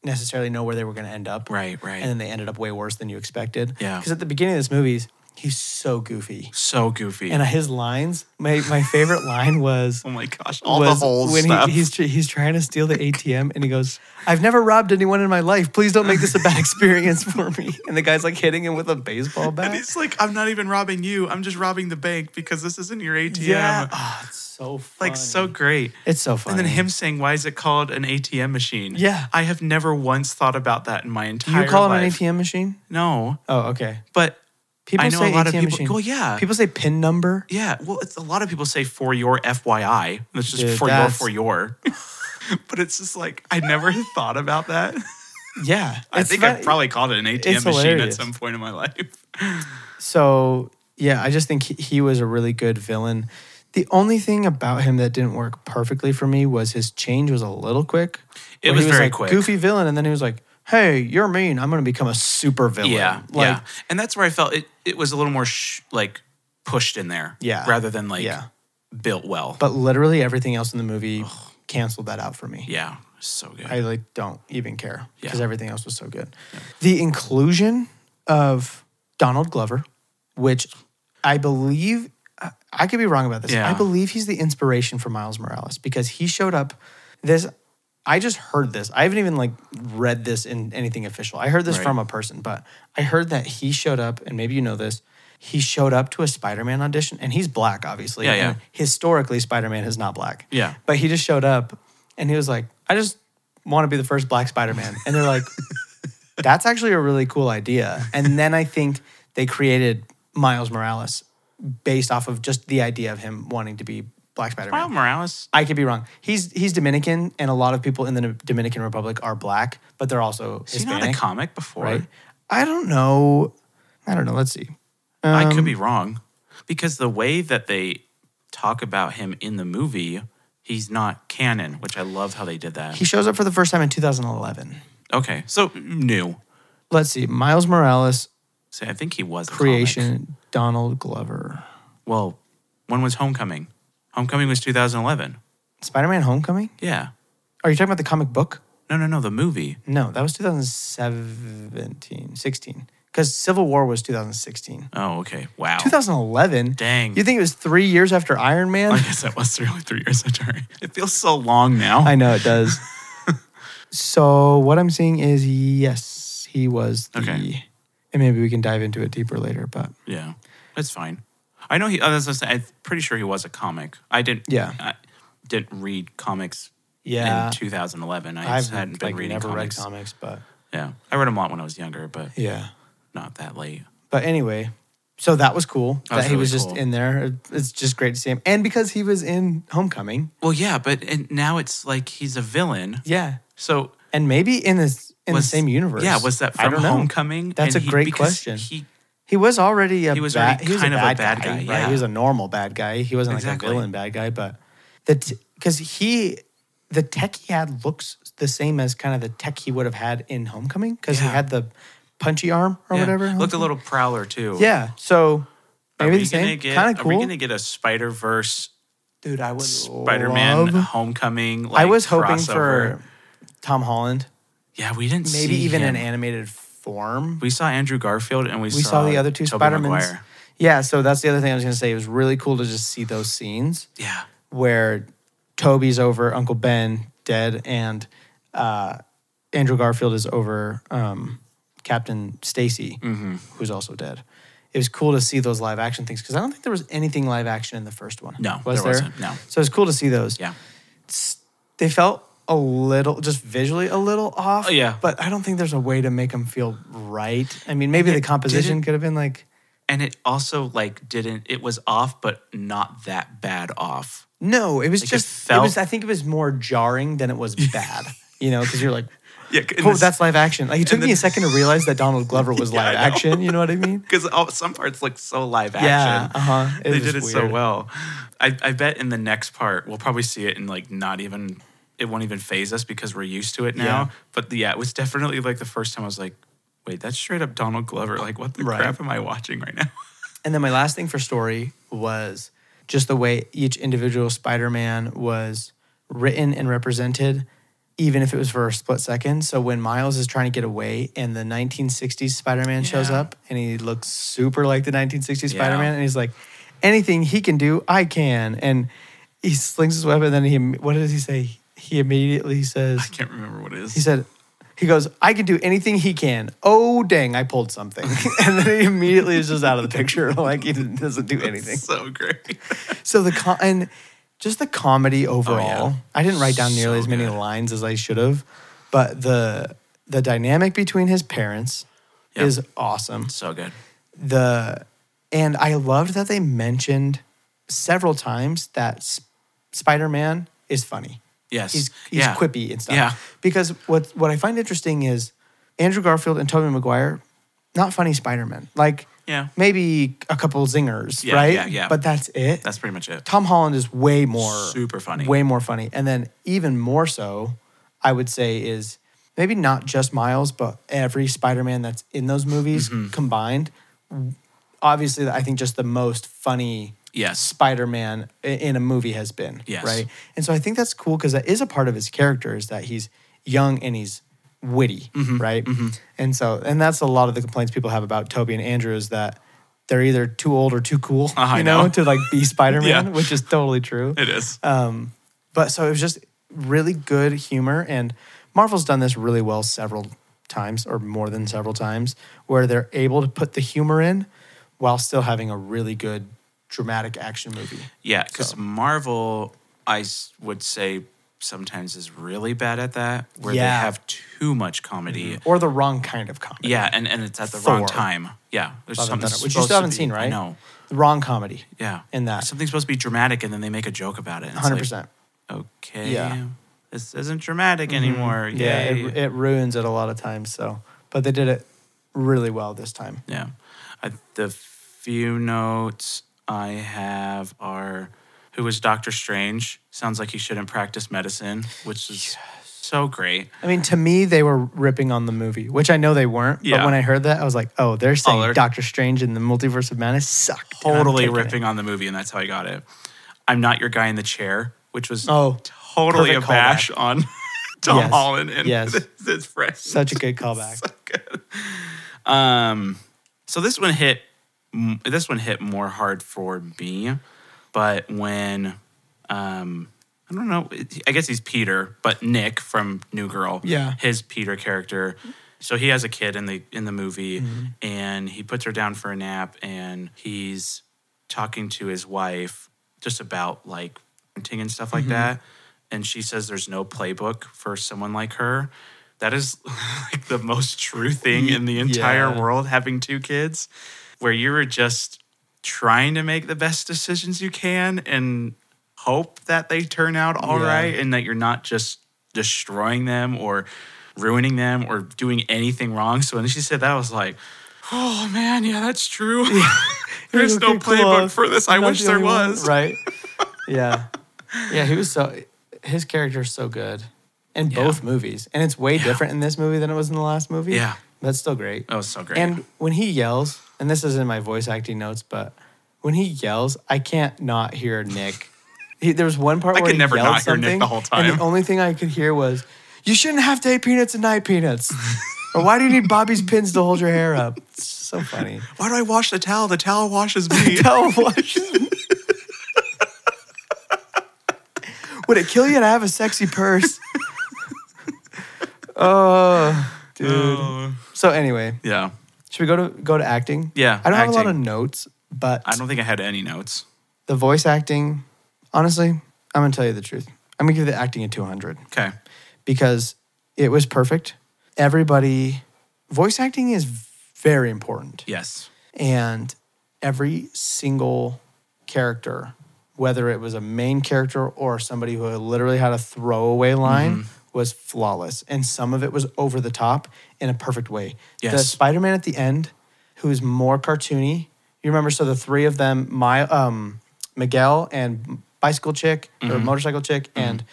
A: necessarily know where they were going to end up.
B: Right, right.
A: And then they ended up way worse than you expected.
B: Yeah.
A: Because at the beginning of this movie, he's so goofy,
B: So goofy.
A: and his lines. My my favorite line was.
B: oh my gosh. All
A: was
B: the holes.
A: when
B: stuff.
A: He, he's tr- he's trying to steal the ATM and he goes, "I've never robbed anyone in my life. Please don't make this a bad experience for me." And the guy's like hitting him with a baseball bat.
B: And it's like, I'm not even robbing you. I'm just robbing the bank because this isn't your ATM.
A: yeah, Oh, it's so funny.
B: Like, so great.
A: it's so funny.
B: And then him saying, Why is it called an ATM machine?
A: Yeah.
B: I have never once thought about that in my
A: Do
B: entire
A: you call
B: life.
A: him an ATM machine?
B: No.
A: Oh, okay.
B: But
A: People
B: I know
A: say
B: a lot
A: ATM
B: of people.
A: machine.
B: Well, yeah.
A: People say pin number.
B: yeah. Well, it's, a lot of people say for your FYI. That's just
A: Dude,
B: for
A: that's-
B: your, for your. but it's just like, I never thought about that.
A: Yeah,
B: I
A: it's
B: think
A: fu-
B: I've probably called it an ATM machine at
A: hilarious.
B: some point in my life.
A: So yeah, I just think he, he was a really good villain. The only thing about him that didn't work perfectly for me was his change was a little quick.
B: It
A: Where
B: was
A: he
B: very
A: like,
B: quick.
A: Goofy villain, and then he was like, "Hey, you're mean. I'm going to become a super villain."
B: Yeah,
A: like,
B: yeah, and that's where I felt it. It was a little more sh- like pushed in there,
A: Yeah.
B: rather than like
A: Yeah.
B: built well.
A: But literally everything else in the movie canceled that out for me.
B: yeah, so good.
A: I like don't even care because
B: Yeah.
A: everything else was so good. The inclusion of Donald Glover, which I believe I- I could be wrong about this.
B: Yeah.
A: I believe he's the inspiration for Miles Morales because he showed up this I just heard this. I haven't even like read this in anything official. I heard this
B: Right.
A: from a person, but I heard that he showed up and maybe you know this. He showed up to a Spider-Man audition and he's black obviously.
B: Yeah, yeah.
A: And historically Spider-Man is not black.
B: Yeah.
A: But he just showed up and he was like, I just want to be the first black Spider Man. And they're like, that's actually a really cool idea. And then I think they created Miles Morales based off of just the idea of him wanting to be black Spider
B: Miles
A: Man.
B: Morales.
A: I could be wrong. He's he's Dominican, and a lot of people in the Dominican Republic are black, but they're also
B: Is he not in a
A: Hispanic,
B: comic before?
A: right? I don't know. I don't know. Let's see.
B: I
A: Um,
B: could be wrong, because the way that they talk about him in the movie, he's not canon, which I love how they did that.
A: He shows up for the first time in 2011.
B: okay, so mm, new.
A: Let's see. Miles Morales
B: So I think he was a comic.
A: creation Donald Glover.
B: Well, when was Homecoming? Homecoming was 2011.
A: Spider-Man: Homecoming?
B: Yeah.
A: Are you talking about the comic book?
B: No, no, no. The movie.
A: No, that was 2017, 16. Because Civil War was 2016.
B: Oh, okay. Wow.
A: 2011.
B: Dang.
A: You think it was three years after Iron Man?
B: I guess that was three, only three years after. It feels so long now.
A: I know it does. so what I'm seeing is yes, he was the.
B: Okay.
A: And maybe we can dive into it deeper later, but
B: yeah, that's fine. I know he. oh, that's what I'm saying. I'm pretty sure he was a comic. I didn't.
A: Yeah.
B: I didn't read comics.
A: Yeah.
B: In 2011, I
A: I've
B: just hadn't been
A: like,
B: reading
A: never
B: comics.
A: read comics, but
B: Yeah, I read them a lot when I was younger, but
A: yeah.
B: not that late.
A: But anyway, so that was cool that,
B: was
A: he
B: really
A: was just
B: cool.
A: in there. It's just great to see him, and because he was in Homecoming.
B: Well, yeah, but and now it's like he's a villain.
A: Yeah,
B: So
A: and maybe in this in the
B: Was-
A: same universe.
B: Yeah, was that
A: I
B: from
A: don't know.
B: Homecoming?
A: That's
B: And
A: a great
B: because
A: question.
B: He
A: He was already a
B: He was
A: ba-
B: already
A: he was
B: kind
A: a
B: of
A: bad guy, right?
B: yeah.
A: He was a normal bad guy. He wasn't
B: Exactly.
A: like a villain bad guy, but the because he the tech he had looks the same as kind of the tech he would have had in Homecoming because
B: Yeah.
A: he had the punchy arm or
B: yeah,
A: whatever. in
B: looked a
A: Homecoming.
B: little prowler too.
A: Yeah, so
B: Are
A: maybe
B: we
A: the
B: gonna
A: same.
B: get?
A: Kind of
B: Are we
A: cool,
B: gonna get a Spider Verse,
A: dude. I would
B: Spider Man,
A: love-
B: Homecoming? Like,
A: I was hoping
B: crossover?
A: for Tom Holland,
B: Yeah, we didn't.
A: maybe
B: see
A: even
B: him.
A: an animated form.
B: We saw Andrew Garfield and we,
A: we saw, the other two
B: Tobey
A: Spider Mans.
B: Maguire.
A: Yeah, so that's the other thing I was gonna say. It was really cool to just see those scenes
B: Yeah,
A: where Toby's over Uncle Ben dead, and uh, Andrew Garfield is over um, Captain Stacy,
B: Mm-hmm.
A: who's also dead. It was cool to see those live action things because I don't think there was anything live action in the first one.
B: No,
A: was
B: there
A: there?
B: wasn't, no.
A: So it was cool to see those.
B: yeah.
A: They felt a little, just visually a little off.
B: Oh, yeah.
A: But I don't think there's a way to make them feel right. I mean, maybe the composition could have been like.
B: And it also like didn't. It was off, but not that bad off.
A: No, it was
B: Like, it
A: just it,
B: felt-
A: was I think it was more jarring than it was bad. you know, because you're like,
B: Yeah,
A: oh, that's live action. Like it took
B: and
A: me
B: then-
A: a second to realize that Donald Glover was
B: Yeah, I
A: live
B: know.
A: action. You know what I mean?
B: because some parts look so live action.
A: Yeah, uh-huh. It
B: they
A: was
B: did it so
A: weird.
B: well. I, I bet in the next part we'll probably see it in like not even it won't even phase us because we're used to it now.
A: Yeah.
B: But yeah, it was definitely like the first time I was like, wait, that's straight up Donald Glover. Like, what the
A: Right.
B: crap am I watching right now?
A: And then my last thing for story was just the way each individual Spider-Man was written and represented, even if it was for a split second. So when Miles is trying to get away and the 1960s Spider-Man shows
B: Yeah.
A: up and he looks super like the 1960s
B: Yeah.
A: Spider-Man and he's like, anything he can do, I can. And he slings his weapon. Then he, what does he say? He immediately says,
B: I can't remember what it is.
A: he said, he goes, I can do anything he can. Oh, dang, I pulled something. and then he immediately is just out of the picture. Like he doesn't do anything.
B: so great.
A: So the, com- and just the comedy overall, I didn't write down nearly
B: Oh, So
A: as many
B: good.
A: lines as I should have, but the, the dynamic between his parents
B: Yep.
A: is awesome
B: so good.
A: the and I loved that they mentioned several times that S- Spider-Man is funny.
B: Yes.
A: He's he's
B: Yeah.
A: quippy and stuff.
B: Yeah.
A: Because what what I find interesting is Andrew Garfield and Tobey Maguire not funny Spider-Man. Like
B: Yeah.
A: maybe a couple zingers,
B: Yeah,
A: right?
B: yeah, yeah.
A: But that's it.
B: That's pretty much it.
A: Tom Holland is way more
B: Super funny.
A: way more funny. And then even more so, I would say is maybe not just Miles, but every Spider-Man that's in those movies
B: Mm-hmm.
A: combined. Obviously, I think just the most funny
B: Yes.
A: Spider-Man i- in a movie has been,
B: Yes.
A: right? And so I think that's cool because that is a part of his character is that he's young and he's witty,
B: Mm-hmm.
A: right? And so and that's a lot of the complaints people have about Toby and Andrew is that they're either too old or too cool,
B: Uh-huh, I
A: you know,
B: know.
A: to like be Spider-Man,
B: Yeah.
A: which is totally true.
B: It is.
A: But so it was just really good humor. And Marvel's done this really well several times, or more than several times, where they're able to put the humor in while still having a really good dramatic action movie.
B: Yeah, because
A: So-
B: Marvel, I s- would say sometimes is really bad at that, where they
A: Yeah. Mm-hmm.
B: have too much comedy.
A: Or the wrong kind of comedy.
B: Yeah, and, and it's at the wrong
A: Thor.
B: time. Yeah, there's
A: Love and
B: something
A: Thunder, which you
B: supposed to
A: still haven't
B: be-
A: seen, right?
B: I know.
A: The wrong comedy.
B: Yeah,
A: In that.
B: something's supposed to be dramatic, and then they make a joke about it. and it's like,
A: 100%.
B: okay,
A: Yeah.
B: this isn't dramatic anymore.
A: yeah,
B: Yay.
A: it, it ruins it a lot of times. So, but they did it really well this time.
B: Yeah. I, the few notes I have are who was Doctor Strange? Sounds like he shouldn't practice medicine, which is so great.
A: I mean, to me, they were ripping on the movie, which I know they weren't. But
B: Yeah.
A: when I heard that, I was like, oh, they're saying
B: they're-
A: Doctor Strange and the Multiverse of Madness sucked. and I'm
B: totally
A: taking it.
B: ripping on the movie, and that's how I got it. I'm not your guy in the chair, which was
A: Oh,
B: totally a
A: perfect callback.
B: bash on Tom
A: Yes,
B: Holland and
A: yes.
B: his friends.
A: Such a good callback.
B: um, so this one hit. m- This one hit more hard for me, but when um, I don't know. I guess he's Peter, but Nick from New Girl.
A: Yeah.
B: his Peter character. So he has a kid in the in the movie,
A: Mm-hmm.
B: and he puts her down for a nap, and he's talking to his wife just about like parenting and stuff like
A: Mm-hmm.
B: that. And she says there's no playbook for someone like her. That is like the most true thing in the entire
A: Yeah.
B: world having two kids, where you were just trying to make the best decisions you can and hope that they turn out all right
A: Yeah.
B: and that you're not just destroying them or ruining them or doing anything wrong. So when she said that, I was like, oh man, yeah, that's true. There's
A: You
B: no
A: could
B: playbook
A: close.
B: for this. I
A: Not
B: wish
A: the
B: there
A: only one,
B: was.
A: Right. Yeah. Yeah, he was so his character's so good in both movies. And it's way different in this movie than it was in the last movie.
B: Yeah.
A: That's still great.
B: That was so great.
A: And when he yells, and this is in my voice acting notes, but when he yells, I can't not hear Nick. He, there was one part
B: I
A: where
B: could
A: he
B: never
A: yelled
B: not hear Nick
A: something,
B: the whole
A: and
B: time.
A: the only thing I could hear was, "You shouldn't have to eat peanuts and night peanuts." or why do you need Bobby's pins to hold your hair up? It's so funny.
B: Why do I wash the towel? The towel washes me.
A: Tell Washington. Would it kill you to have a sexy purse? oh, dude.
B: Oh.
A: So anyway,
B: yeah.
A: should we go to go to acting?
B: Yeah,
A: I don't have a lot of
B: acting.
A: notes, but
B: I don't think I had any notes.
A: the voice acting, honestly, I'm gonna tell you the truth. I'm gonna give the acting a 200
B: Okay.
A: because it was perfect. Everybody, voice acting is very important.
B: Yes.
A: And every single character, whether it was a main character or somebody who literally had a throwaway line,
B: Mm-hmm.
A: was flawless. And some of it was over the top in a perfect way. The
B: Yes.
A: Spider Man at the end, who is more cartoony, you remember? So the three of them, my um, Miguel and Bicycle Chick or
B: Mm-hmm.
A: Motorcycle Chick and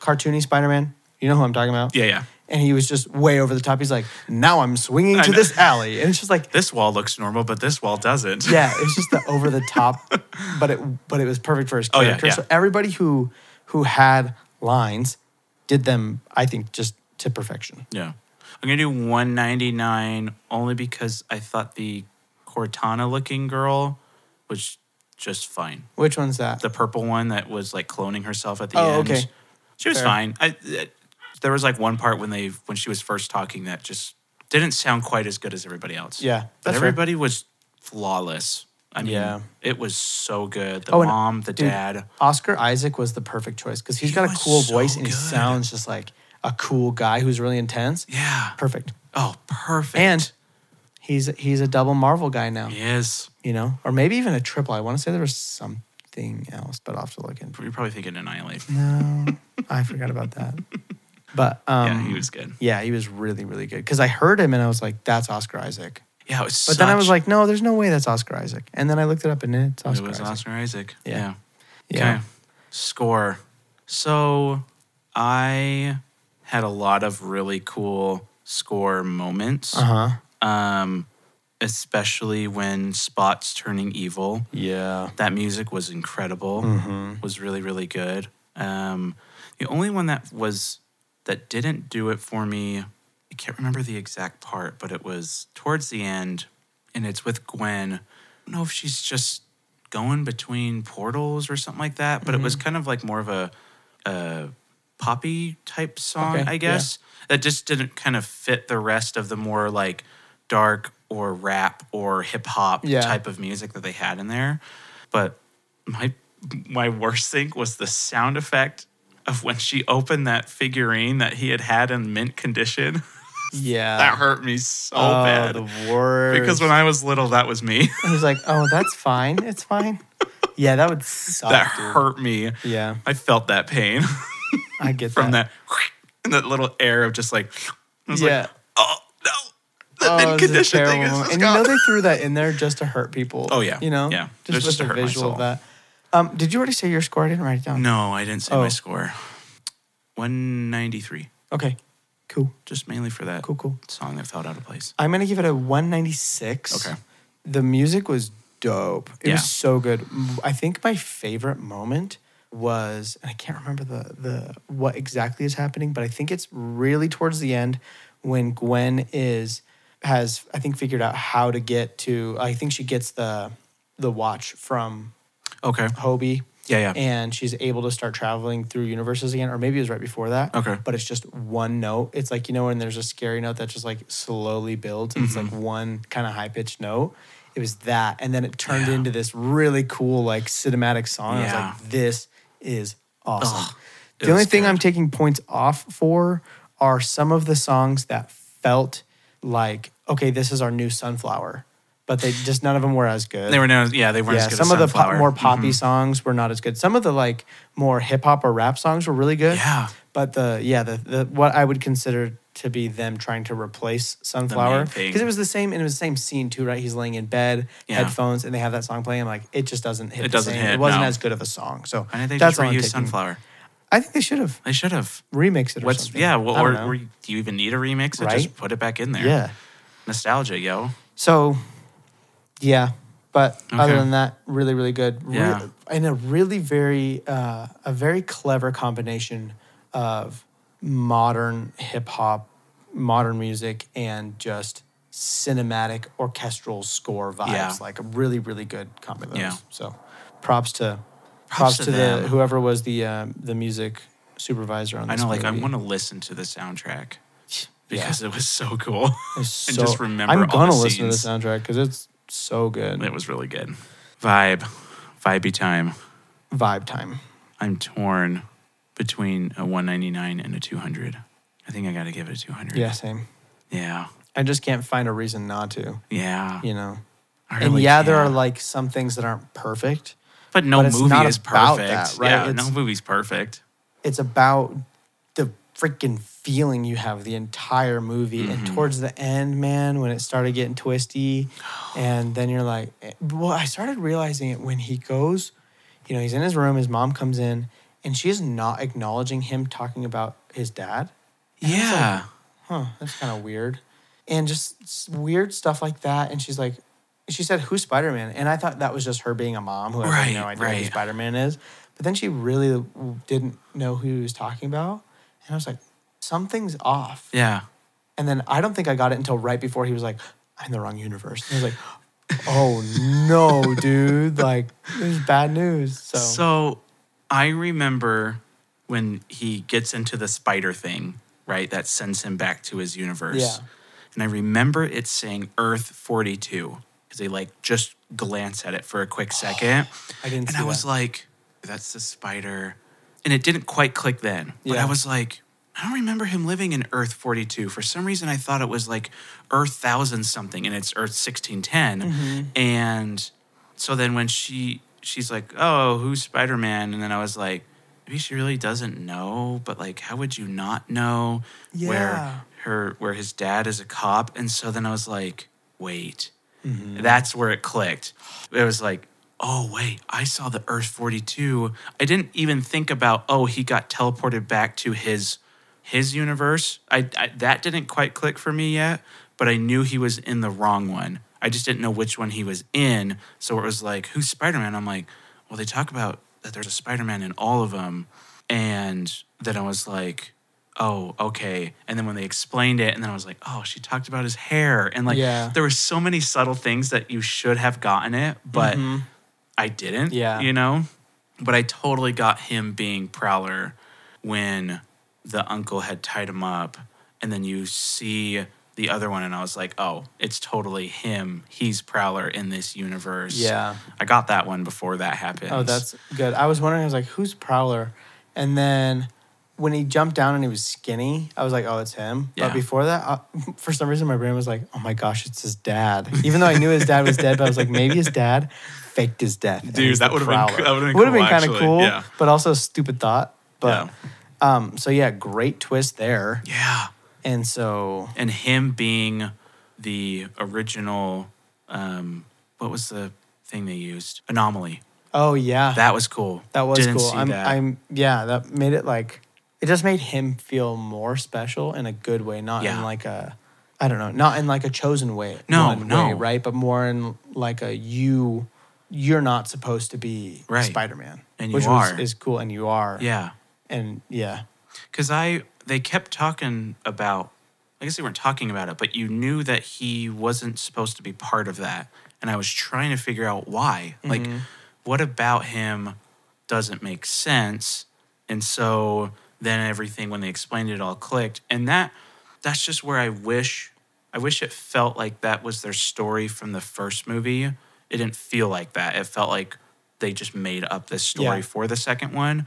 A: cartoony Spider Man. You know who I'm talking about?
B: Yeah, yeah.
A: And he was just way over the top. He's like, now I'm swinging
B: I
A: to
B: know.
A: this alley. And it's just like,
B: This wall looks normal, but this wall doesn't.
A: yeah, it was just the over the top, but it but it was perfect for his
B: Oh, yeah,
A: character.
B: yeah.
A: So everybody who who had lines did them, I think, just to perfection.
B: Yeah. I'm gonna do 199 only because I thought the Cortana looking girl was just fine.
A: Which one's that?
B: The purple one that was like cloning herself at the
A: Oh,
B: end.
A: okay.
B: She was
A: Fair.
B: fine. I it- there was like one part when they when she was first talking that just didn't sound quite as good as everybody else.
A: Yeah,
B: But
A: that's fair.
B: everybody was flawless. I mean,
A: Yeah.
B: it was so good. The
A: Oh, and-
B: mom, the
A: dude,
B: dad.
A: Oscar Isaac was the perfect choice because he's
B: He
A: got a
B: was
A: cool
B: so
A: voice and he
B: good.
A: sounds just like a cool guy who's really intense.
B: Yeah.
A: Perfect.
B: Oh, perfect.
A: And he's he's a double Marvel guy now,
B: yes.
A: you know, or maybe even a triple. I want to say there was something else, but I'll have to look into.
B: You're probably thinking Annihilate.
A: No, I forgot about that. But um,
B: yeah, he was good.
A: Yeah, he was really, really good. Because I heard him and I was like, that's Oscar Isaac.
B: Yeah, it was
A: But then I was like, no, there's no way that's Oscar Isaac. And then I looked it up and it's Oscar
B: it was
A: Isaac.
B: Oscar Isaac.
A: Yeah.
B: Yeah.
A: Yeah.
B: Okay. Score. So I had a lot of really cool score moments.
A: Uh huh.
B: Um, especially when Spot's turning evil.
A: Yeah.
B: That music was incredible. Was really really good. Um, the only one that was that didn't do it for me. I can't remember the exact part, but it was towards the end, and it's with Gwen. I don't know if she's just going between portals or something like that, but it was kind of like more of a, a poppy type song,
A: Okay, yeah.
B: I guess. That just didn't kind of fit the rest of the more like dark or rap or hip hop
A: Yeah.
B: type of music that they had in there. But my my worst thing was the sound effect of when she opened that figurine that he had had in mint condition.
A: Yeah.
B: that hurt me so
A: oh,
B: bad.
A: the worst.
B: because when I was little, that was me.
A: I was like, oh, that's fine. It's fine. yeah, that would suck.
B: that
A: Oh, dude.
B: hurt me.
A: Yeah,
B: I felt that pain
A: I get
B: from
A: that.
B: that and that little air of just like, I was
A: yeah.
B: like, oh no, the
A: Oh,
B: mint
A: it was a
B: condition thing
A: terrible
B: is
A: moment.
B: just
A: And you
B: gone.
A: know they threw that in there just to hurt people.
B: Oh, yeah.
A: You know?
B: Yeah. It was
A: Just with
B: just to
A: the
B: hurt my
A: visual of
B: soul.
A: that. Um, did you already say your score? I didn't write it down.
B: no, I didn't say
A: Oh.
B: my score. One ninety three,
A: Okay. Cool.
B: just mainly for that
A: Cool. Cool.
B: song that felt out of place.
A: I'm gonna give it a 196.
B: Okay.
A: The music was dope. It
B: Yeah.
A: was so good. M- I think my favorite moment was, and I can't remember the the what exactly is happening, but I think it's really towards the end when Gwen is has I think figured out how to get to. I think she gets the the watch from
B: Okay,
A: Hobie.
B: Yeah, yeah.
A: And she's able to start traveling through universes again, or maybe it was right before that.
B: Okay.
A: But it's just one note. It's like, you know, when there's a scary note that just like slowly builds, and it's
B: Mm-hmm.
A: like one kind of high pitched note. It was that. And then it turned
B: Yeah.
A: into this really cool, like cinematic song. I
B: Yeah.
A: was like, this is awesome.
B: it
A: the only
B: was
A: thing
B: good.
A: I'm taking points off for are some of the songs that felt like, okay, this is our new sunflower. But they just none of them were as good
B: they were no, yeah, they weren't.
A: Uh, yeah,
B: as good
A: some
B: as
A: of the pop,
B: Sunflower. Mm-hmm.
A: more poppy songs were not as good. Some of the like more hip hop or rap songs were really good.
B: Yeah.
A: But the yeah the, the what I would consider to be them trying to replace Sunflower
B: thing.
A: because it was the same and it was the same scene too, right? He's laying in bed,
B: Yeah.
A: headphones, and they have that song playing. I'm like, it just doesn't hit. the
B: It doesn't
A: same.
B: hit,
A: It wasn't
B: no.
A: as good of a song. So
B: Why didn't they
A: that's
B: just
A: all I'm
B: reuse
A: taking.
B: Sunflower?
A: I think they should have
B: They should have.
A: remixed it. Or
B: What's
A: something.
B: yeah? Well,
A: I
B: or,
A: don't know.
B: or do you even need a remix? Or
A: Right?
B: Just put it back in there.
A: yeah.
B: nostalgia, yo.
A: So, yeah, but other
B: Okay.
A: than that, really, really good. Re-
B: Yeah.
A: and a really very, uh, a very clever combination of modern hip hop, modern music, and just cinematic orchestral score vibes.
B: Yeah.
A: Like a really, really good combo. of those.
B: Yeah.
A: So, props to, props,
B: Props
A: to,
B: to
A: the
B: them.
A: whoever was the um, the music supervisor on.
B: I
A: This
B: know, like I
A: movie.
B: want to listen to the soundtrack
A: Yeah.
B: because it was so cool.
A: It's
B: and
A: so-
B: just remember
A: I'm
B: all
A: gonna
B: the
A: listen to
B: scenes.
A: the soundtrack because it's so good.
B: It was really good. Vibe, vibey time.
A: Vibe time.
B: I'm torn between a 199 and a 200. I think I got to give it a 200.
A: Yeah, same.
B: Yeah.
A: I just can't find a reason not to,
B: Yeah.
A: you know.
B: I
A: and
B: really
A: yeah, there are
B: can't.
A: like some things that aren't perfect.
B: but no
A: but it's
B: movie
A: not
B: is
A: about
B: perfect.
A: that, right?
B: Yeah,
A: It's-
B: no movie's perfect.
A: It's about the freaking feeling you have the entire movie.
B: Mm-hmm.
A: And towards the end, man, when it started getting twisty, and then you're like, eh, well, I started realizing it when he goes, you know, he's in his room, his mom comes in, and she is not acknowledging him talking about his dad.
B: Yeah.
A: huh, that's kind of weird. And just s- weird stuff like that. And she's like, she said, who's Spider Man? And I thought that was just her being a mom who has like, no
B: Right,
A: idea who
B: right.
A: Spider Man is. But then she really w- didn't know who he was talking about. And I was like, something's off.
B: yeah.
A: And then I don't think I got it until right before he was like, I'm in the wrong universe. And I was like, oh no, dude. Like, this is bad news. So,
B: So I remember when he gets into the spider thing, right? That sends him back to his universe.
A: Yeah.
B: And I remember it saying Earth 42 because they like just glance at it for a quick second.
A: I didn't
B: and
A: see
B: I was
A: that.
B: like, that's the spider. And it didn't quite click then. But
A: Yeah.
B: I was like, I don't remember him living in Earth 42. For some reason, I thought it was like Earth 1000 something and it's Earth 1610. And so then when she she's like, "Oh, who's Spider Man?" and then I was like, maybe she really doesn't know, but like, how would you not know
A: Yeah.
B: where her where his dad is a cop? And so then I was like, wait, that's where it clicked. It was like. Oh wait, I saw the Earth 42. I didn't even think about oh he got teleported back to his his universe. I, I that didn't quite click for me yet, but I knew he was in the wrong one. I just didn't know which one he was in. So it was like, who's Spider Man? I'm like, well, they talk about that there's a Spider Man in all of them, and then I was like, oh, okay. And then when they explained it, and then I was like, oh, she talked about his hair, and like,
A: Yeah.
B: there were so many subtle things that you should have gotten it, but I didn't.
A: Mm-hmm. Yeah.
B: you know. But I totally got him being Prowler when the uncle had tied him up. And then you see the other one, and I was like, oh, it's totally him. He's Prowler in this universe.
A: Yeah.
B: I got that one before that happened.
A: Oh, that's good. I was wondering, I was like, who's Prowler? And then when he jumped down and he was skinny, I was like, oh, it's him.
B: Yeah.
A: But before that, I, for some reason, my brain was like, oh my gosh, it's his dad. Even though I knew his dad was dead, but I was like, maybe his dad faked his death. and
B: Dude,
A: he's the
B: that would've been
A: Prowler.
B: coo- that would've been
A: Would've
B: cool,
A: kinda
B: actually.
A: cool,
B: Yeah.
A: but also a stupid thought. But
B: Yeah.
A: um, so yeah, great twist there.
B: Yeah.
A: And so
B: And him being the original, um, what was the thing they used? Anomaly.
A: oh yeah,
B: That was cool.
A: That was
B: Didn't
A: cool.
B: See
A: I'm,
B: that.
A: I'm, yeah, that made it like, it just made him feel more special in a good way, not in
B: Yeah.
A: like a, I don't know, not in like a chosen way,
B: No,
A: one
B: no.
A: way, right? But more in like a you, you're not supposed to be
B: Right.
A: Spider-Man,
B: And you
A: which was-
B: are.
A: is cool, and you are,
B: yeah.
A: and yeah,
B: Because I, they kept talking about, I guess they weren't talking about it, but you knew that he wasn't supposed to be part of that. And I was trying to figure out why. Like, what about him doesn't make sense? And so then everything, when they explained it all clicked. And that, that's just where I wish, I wish it felt like that was their story from the first movie. It didn't feel like that. It felt like they just made up this story
A: Yeah.
B: for the second one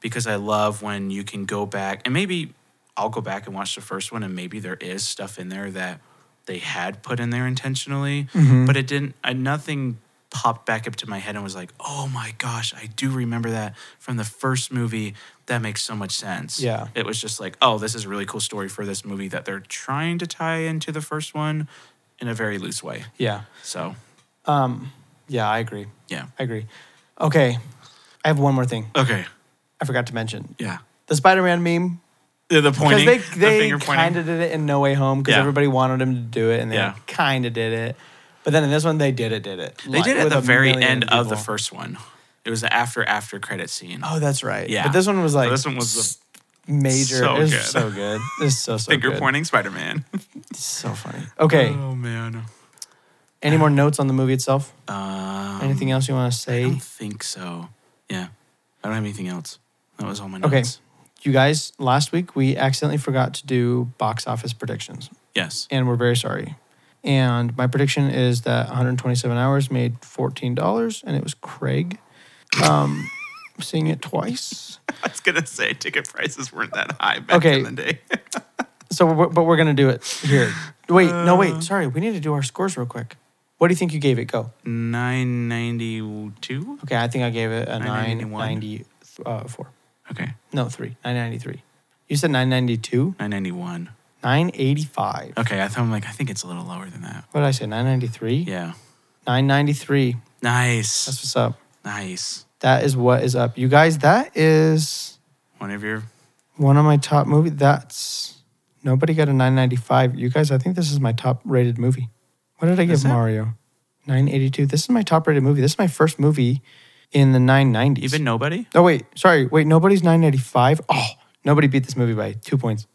B: because I love when you can go back and maybe I'll go back and watch the first one and maybe there is
A: Mm-hmm.
B: stuff in there that they had put in there intentionally, but it didn't. I, nothing popped back up to my head and was like, oh my gosh, I do remember that from the first movie. That makes so much sense.
A: Yeah.
B: It was just like, oh, this is a really cool story for this movie that they're trying to tie into the first one in a very loose way.
A: Yeah.
B: So,
A: Yeah, I agree.
B: yeah.
A: I agree. Okay. I have one more thing
B: Okay.
A: I forgot to mention.
B: Yeah.
A: The Spider Man meme.
B: The, the
A: Because
B: pointing,
A: they,
B: the
A: they
B: finger pointing.
A: kind of did it in No Way Home because
B: Yeah.
A: everybody wanted him to do it and they
B: Yeah.
A: kind of did it. But then in this one, they did it, did it.
B: They
A: Like,
B: did it at
A: with
B: the
A: a
B: very
A: million
B: end of the
A: people.
B: first one. It was the after after credit scene.
A: Oh, that's right.
B: Yeah.
A: But this one was like
B: this one was
A: major.
B: so
A: it was
B: good.
A: so good. It's so, so
B: finger
A: good.
B: pointing Spider Man.
A: So funny. Okay.
B: Oh man.
A: Any more notes on the movie itself?
B: Um,
A: Anything else you want to
B: I
A: say?
B: don't think so. Yeah, I don't have anything else. That was all my notes.
A: Okay. You guys, last week we accidentally forgot to do box office predictions,
B: Yes.
A: and we're very sorry. And my prediction is that 127 hours made $14, and it was Craig. Um, seeing it twice.
B: I was gonna say ticket prices weren't that high back
A: Okay.
B: in the day.
A: So, we're, but we're going to do it here. Wait, no, wait. Sorry. We need to do our scores real quick. What do you think you gave it? Go.
B: Nine ninety two.
A: Okay, I think I gave it a
B: 991.
A: 994.
B: Okay.
A: No, three. 993. You said 992?
B: Nine ninety one.
A: 985.
B: Okay. I thought I'm like I think it's a little lower than that.
A: What did I say? 993?
B: Yeah.
A: 993.
B: Nice.
A: That's what's up.
B: nice.
A: That is what is up. You guys, that is
B: One of your.
A: one of my top movie. That's nobody got a 995. You guys, I think this is my top rated movie. What did I give
B: Is it?
A: Mario? 982. This is my top rated movie. This is my first movie in the 990s.
B: Even nobody.
A: Oh wait, sorry. Wait, nobody's 985. Oh, nobody beat this movie by 2 points.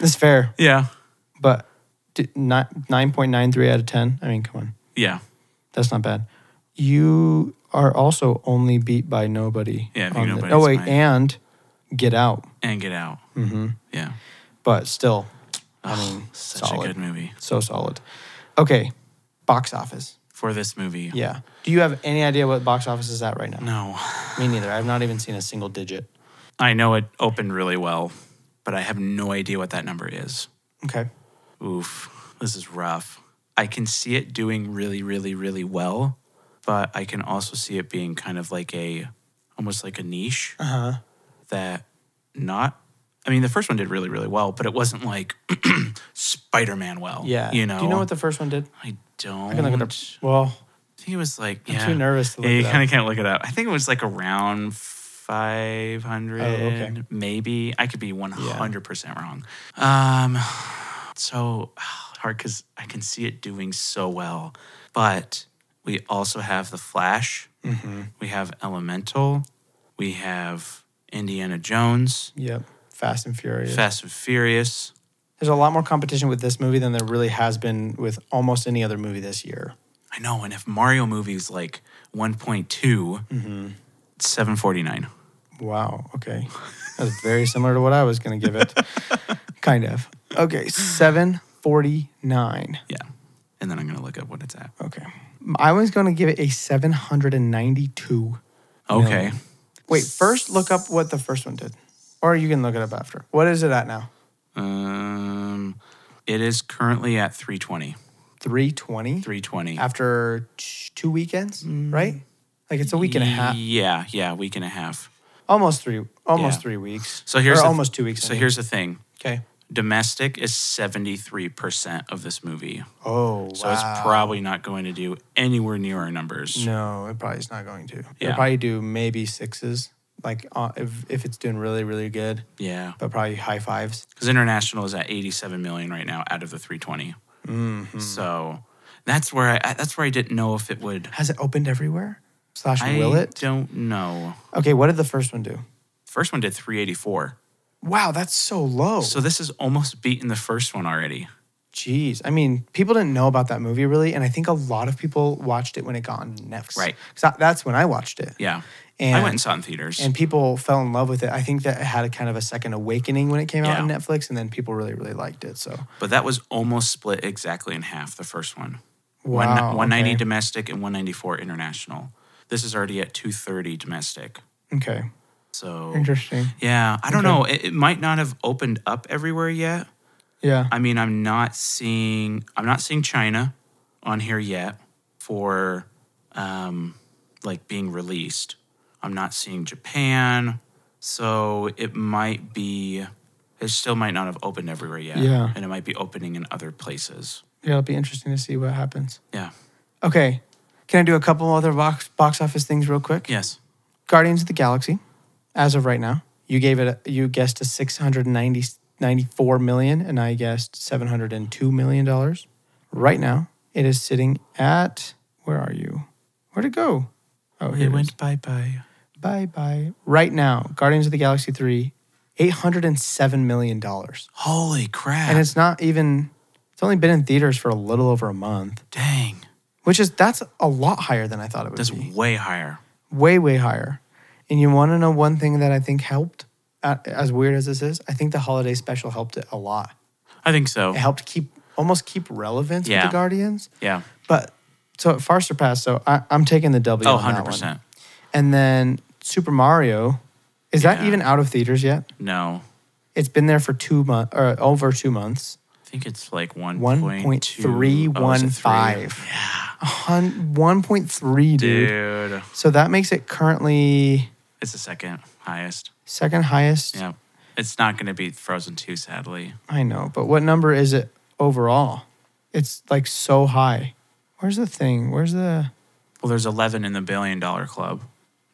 A: That's fair,
B: Yeah.
A: but d- ni- 9.93 out of 10. I mean, come on.
B: Yeah.
A: That's not bad. You are also only beat by nobody.
B: Yeah, I think
A: on the-
B: nobody's
A: oh wait,
B: mine.
A: and Get Out.
B: And Get Out. Mm-hmm. Yeah.
A: But still,
B: I
A: mean,
B: such
A: solid.
B: a good movie
A: so solid. Okay, box office.
B: for this movie.
A: Yeah. Do you have any idea what box office is at right now?
B: No,
A: Me neither. I've not even seen a single digit.
B: I know it opened really well, but I have no idea what that number is.
A: Okay.
B: Oof, this is rough. I can see it doing really, really, really well, but I can also see it being kind of like a, almost like a niche
A: Uh huh.
B: that not. I mean, the first one did really, really well, but it wasn't like Spider-Man well.
A: Yeah.
B: you know.
A: Do you know what the first one did?
B: I don't.
A: I can look it up. Well,
B: I think it was like
A: I'm
B: yeah.
A: too nervous to look
B: yeah, you
A: it up. Oh,
B: kind of can't look it up. I think it was like around 500,
A: okay.
B: maybe. I could be 100% wrong. Um, so hard because I can see it doing so well, but we also have the Flash,
A: Mm-hmm.
B: we have Elemental, we have Indiana Jones,
A: Yep. Fast and Furious.
B: Fast and Furious.
A: There's a lot more competition with this movie than there really has been with almost any other movie this year.
B: I know, and if Mario movies like 1.2,
A: Mm-hmm.
B: 749.
A: Wow. Okay. That's very similar to what I was going to give it. kind of. Okay. 749.
B: Yeah. And then I'm going to look up what it's at.
A: Okay. I was going to give it a 792.
B: Okay.
A: Wait, first look up what the first one did. Or you can look it up after. What is it at now?
B: Um, it is currently at 320.
A: 320
B: 320.
A: after t- two weekends,
B: Mm.
A: right? Like it's a week and a half,
B: Yeah, yeah, week and a half.
A: almost three, almost
B: Yeah.
A: three weeks.
B: So here's
A: or
B: the-
A: almost two weeks. I
B: So
A: mean.
B: here's the thing.
A: okay.
B: Domestic is 73% of this movie.
A: Oh,
B: So it's probably not going to do anywhere near our numbers.
A: No, it probably is not going to. It'll
B: Yeah.
A: probably do maybe sixes, like uh, if, if it's doing really, really good,
B: Yeah.
A: but probably high fives.
B: Cuz international is at 87 million right now out of the 320.
A: Mm-hmm.
B: So that's where I- I that's where I didn't know if it would
A: Has it opened everywhere? Slash,
B: I
A: will it?
B: don't know.
A: Okay, what did the first one do?
B: First one did 384.
A: Wow, that's so low.
B: So this is almost beaten the first one already.
A: Jeez. I mean, people didn't know about that movie really. And I think a lot of people watched it when it got on Netflix.
B: Right.
A: 'Cause I- that's when I watched it.
B: Yeah. I
A: And-
B: went and saw it in theaters.
A: And people fell in love with it. I think that it had a kind of a second awakening when it came out on
B: Yeah.
A: Netflix. And then people really, really liked it. So,
B: but that was almost split exactly in half the first one. One-
A: wow.
B: 190 domestic and 194 international. This is already at 230 domestic.
A: Okay. okay.
B: So
A: Interesting.
B: yeah, I don't know. It, it might not have opened up everywhere yet.
A: Yeah.
B: I mean, I'm not seeing I'm not seeing China on here yet for um, like being released. I'm not seeing Japan, so it might be. It still might not have opened everywhere yet.
A: Yeah.
B: and it might be opening in other places.
A: Yeah, it'll be interesting to see what happens.
B: Yeah.
A: Okay. Can I do a couple other box box office things real quick?
B: Yes.
A: Guardians of the Galaxy, as of right now, you gave it a, you guessed a 694 million and I guessed 702 million dollars. Right now, it is sitting at where are you? Where'd it go? Oh, here
B: It
A: it went.
B: went bye bye.
A: Bye bye. Right now, Guardians of the Galaxy 3, 807 million dollars.
B: Holy crap!
A: And it's not even it's only been in theaters for a little over a month,
B: dang.
A: which is that's a lot higher than I thought it would
B: That's
A: be.
B: way higher.
A: way way higher and you want to know one thing that i think helped uh, as weird as this is i think the holiday special helped it a lot
B: I think so.
A: it helped keep almost keep relevance with
B: Yeah.
A: the guardians
B: Yeah.
A: but so it far surpassed so I, i'm taking the w
B: Oh,
A: on that
B: 100
A: one.
B: percent.
A: and then super mario is that
B: Yeah.
A: even out of theaters yet
B: No,
A: it's been there for two months or over two months
B: I think it's like one point Oh, three one
A: 1.315 Hun- 1.3 dude
B: Dude,
A: so that makes it currently
B: it's the second highest.
A: second highest
B: Yeah, it's not going to be Frozen Two, sadly.
A: I know, but what number is it overall? It's like so high. Where's the thing? Where's the
B: Well, there's 11 in the billion dollar club.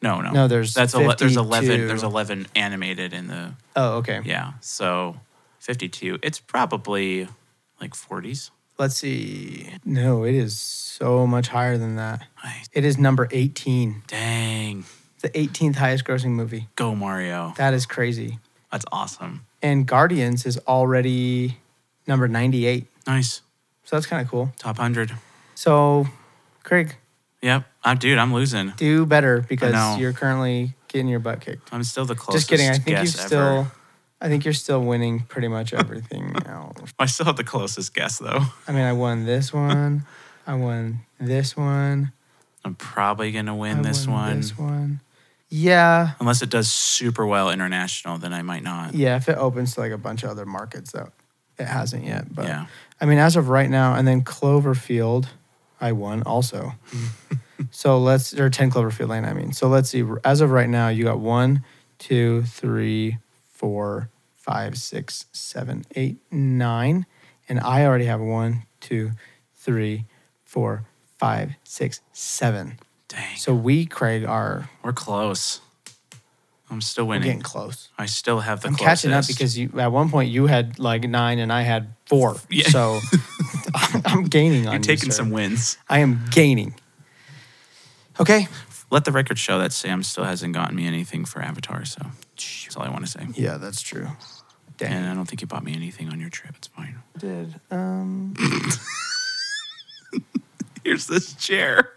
B: No, no,
A: No, there's
B: that's ele- there's
A: 52.
B: 11 there's 11 animated in the
A: Oh, okay.
B: yeah. So 52. It's probably like 40s.
A: Let's see. No, it is so much higher than that.
B: Nice.
A: It is number 18.
B: Dang,
A: The 18th highest grossing movie.
B: go Mario.
A: That is crazy.
B: That's awesome.
A: And Guardians is already number 98.
B: Nice.
A: So that's kind of cool.
B: Top 100.
A: So, Craig,
B: Yep. I'm dude, I'm losing.
A: do better
B: know.
A: because you're currently getting your butt kicked.
B: I'm still the
A: Just
B: closest.
A: kidding. I think
B: guess
A: you
B: ever.
A: still I think you're still winning pretty much everything else.
B: I still have the closest guess though.
A: I mean, I won this one. I won this one.
B: I'm probably gonna win
A: I
B: this
A: won
B: one.
A: This one. Yeah.
B: Unless it does super well international, then I might not.
A: Yeah. If it opens to like a bunch of other markets, though, it hasn't yet. But
B: Yeah.
A: I mean, as of right now, and then Cloverfield, I won also. so let's, or 10 Cloverfield Lane, I mean. So let's see. As of right now, you got one, two, three, four, five, six, seven, eight, nine. And I already have one, two, three, four, five, six, seven.
B: Dang.
A: So we, Craig, are
B: We're close. I'm still
A: we're getting
B: winning.
A: close.
B: I still have the
A: I'm
B: closest.
A: catching up because you at one point you had like nine and I had four.
B: Yeah.
A: So I'm gaining on
B: you're
A: you,
B: taking
A: sir.
B: some wins.
A: I am gaining. Okay.
B: Let the record show that Sam still hasn't gotten me anything for Avatar, so that's all I want to say.
A: Yeah, that's true.
B: And
A: Damn.
B: I don't think you bought me anything on your trip. It's fine.
A: Did um
B: Here's this chair.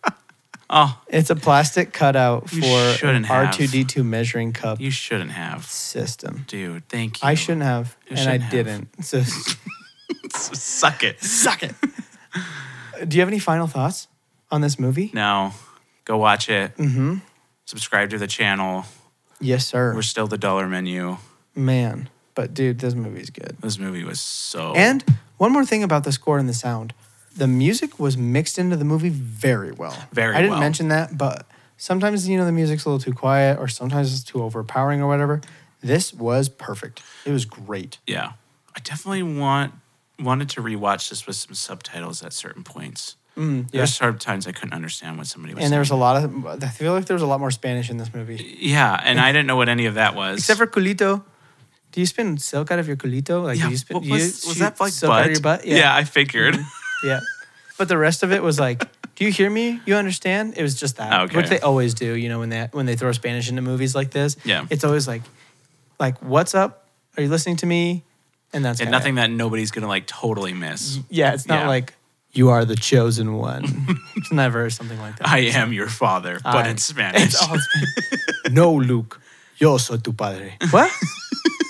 B: oh,
A: it's a plastic cutout
B: You
A: for an
B: shouldn't have.
A: R2D2 measuring cup
B: you shouldn't have.
A: system.
B: Dude, thank you.
A: I shouldn't have
B: You
A: and
B: shouldn't
A: I
B: have.
A: didn't. So
B: Suck it.
A: suck it. Do you have any final thoughts on this movie?
B: No. Go watch it. Mm-hmm. Subscribe to the channel.
A: Yes, sir.
B: We're still the dollar menu.
A: Man, but dude, this movie's good.
B: This movie was so
A: And one more thing about the score and the sound. The music was mixed into the movie very well.
B: Very
A: I didn't
B: well.
A: mention that, but sometimes you know the music's a little too quiet or sometimes it's too overpowering or whatever. This was perfect. It was great.
B: yeah. I definitely want wanted to rewatch this with some subtitles at certain points.
A: Mm, yeah.
B: There's certain times I couldn't understand what somebody was
A: And there was a
B: saying.
A: lot of I feel like there was a lot more Spanish in this movie.
B: yeah, and I didn't know what any of that was.
A: Except for culito. Do you spin silk out of your culito? Like
B: yeah,
A: do you spin
B: what
A: you
B: was, was
A: shoot
B: that like
A: silk
B: butt?
A: out of your butt? Mm-hmm.
B: Yeah, I figured.
A: Yeah. But the rest of it was like, do you hear me? You understand? It was just that,
B: Okay.
A: which they always do. You know, when they when they throw Spanish into movies like this,
B: Yeah.
A: it's always like, like, what's up? Are you listening to me? And that's
B: and
A: kinda
B: nothing
A: it.
B: that nobody's gonna like totally miss.
A: Yeah, it's not
B: Yeah.
A: like you are the chosen one. it's never something like that.
B: I am your father, but
A: I-
B: in Spanish.
A: It's all Spanish. no, Luke, yo soy tu padre. What?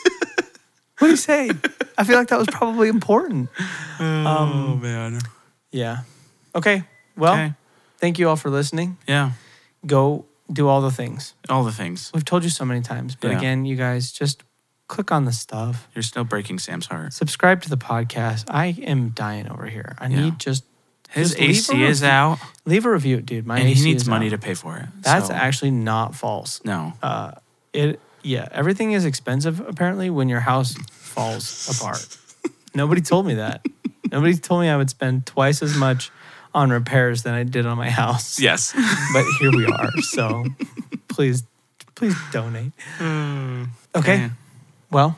A: what do you say? I feel like that was probably important.
B: oh man.
A: Yeah. Okay. Well,
B: Okay.
A: thank you all for listening.
B: Yeah.
A: go do all the things.
B: All the things.
A: We've told you so many times, but
B: Yeah.
A: again, you guys just click on the stuff.
B: You're still breaking Sam's heart.
A: Subscribe to the podcast. I am dying over here. I
B: Yeah.
A: need just
B: His
A: Just leave
B: AC
A: a
B: is
A: review.
B: out,
A: Leave a review, dude. My
B: and
A: AC
B: he needs
A: is
B: money
A: out.
B: to pay for it.
A: That's
B: So,
A: actually not false.
B: no.
A: Uh, it yeah, everything is expensive apparently when your house falls apart. Nobody told me that. Nobody told me I would spend twice as much on repairs than I did on my house.
B: Yes.
A: But here we are. So please please donate. Okay.
B: Yeah.
A: Well,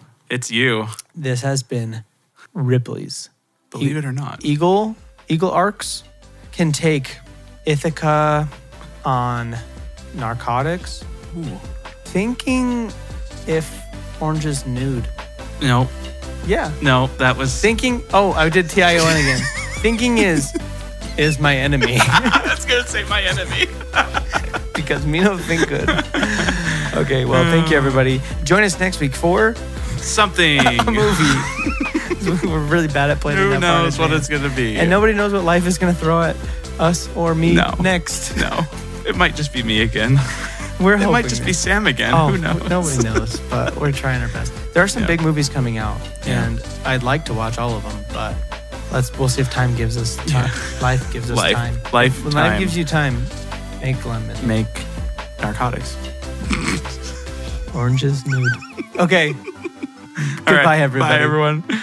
B: It's you.
A: this has been Ripley's
B: Believe it or not.
A: Eagle Eagle Arcs can take Ithaca on narcotics.
B: Ooh.
A: Thinking if Orange is nude.
B: No,
A: Yeah.
B: no, that was.
A: Thinking oh, I did T I O N again. Thinking is is my enemy.
B: That's gonna say my enemy.
A: because me don't think good. Okay, well thank you everybody. Join us next week for
B: Something.
A: a movie. We're really bad at planning
B: Who
A: that far in
B: knows what
A: advance.
B: it's gonna be?
A: and nobody knows what life is gonna throw at us or me
B: No.
A: next.
B: No, it might just be me again.
A: We're
B: It
A: hoping
B: might just
A: that-
B: be Sam again.
A: Oh,
B: Who knows?
A: Nobody knows, but we're trying our best. There are some
B: Yeah.
A: big movies coming out,
B: Yeah.
A: and I'd like to watch all of them, but let's we'll see if time gives us time. Life gives us
B: Life,
A: time.
B: life,
A: When
B: time.
A: life gives you time, make lemon.
B: make narcotics.
A: Oranges nude. Okay.
B: All right.
A: Goodbye, everybody.
B: Bye, everyone.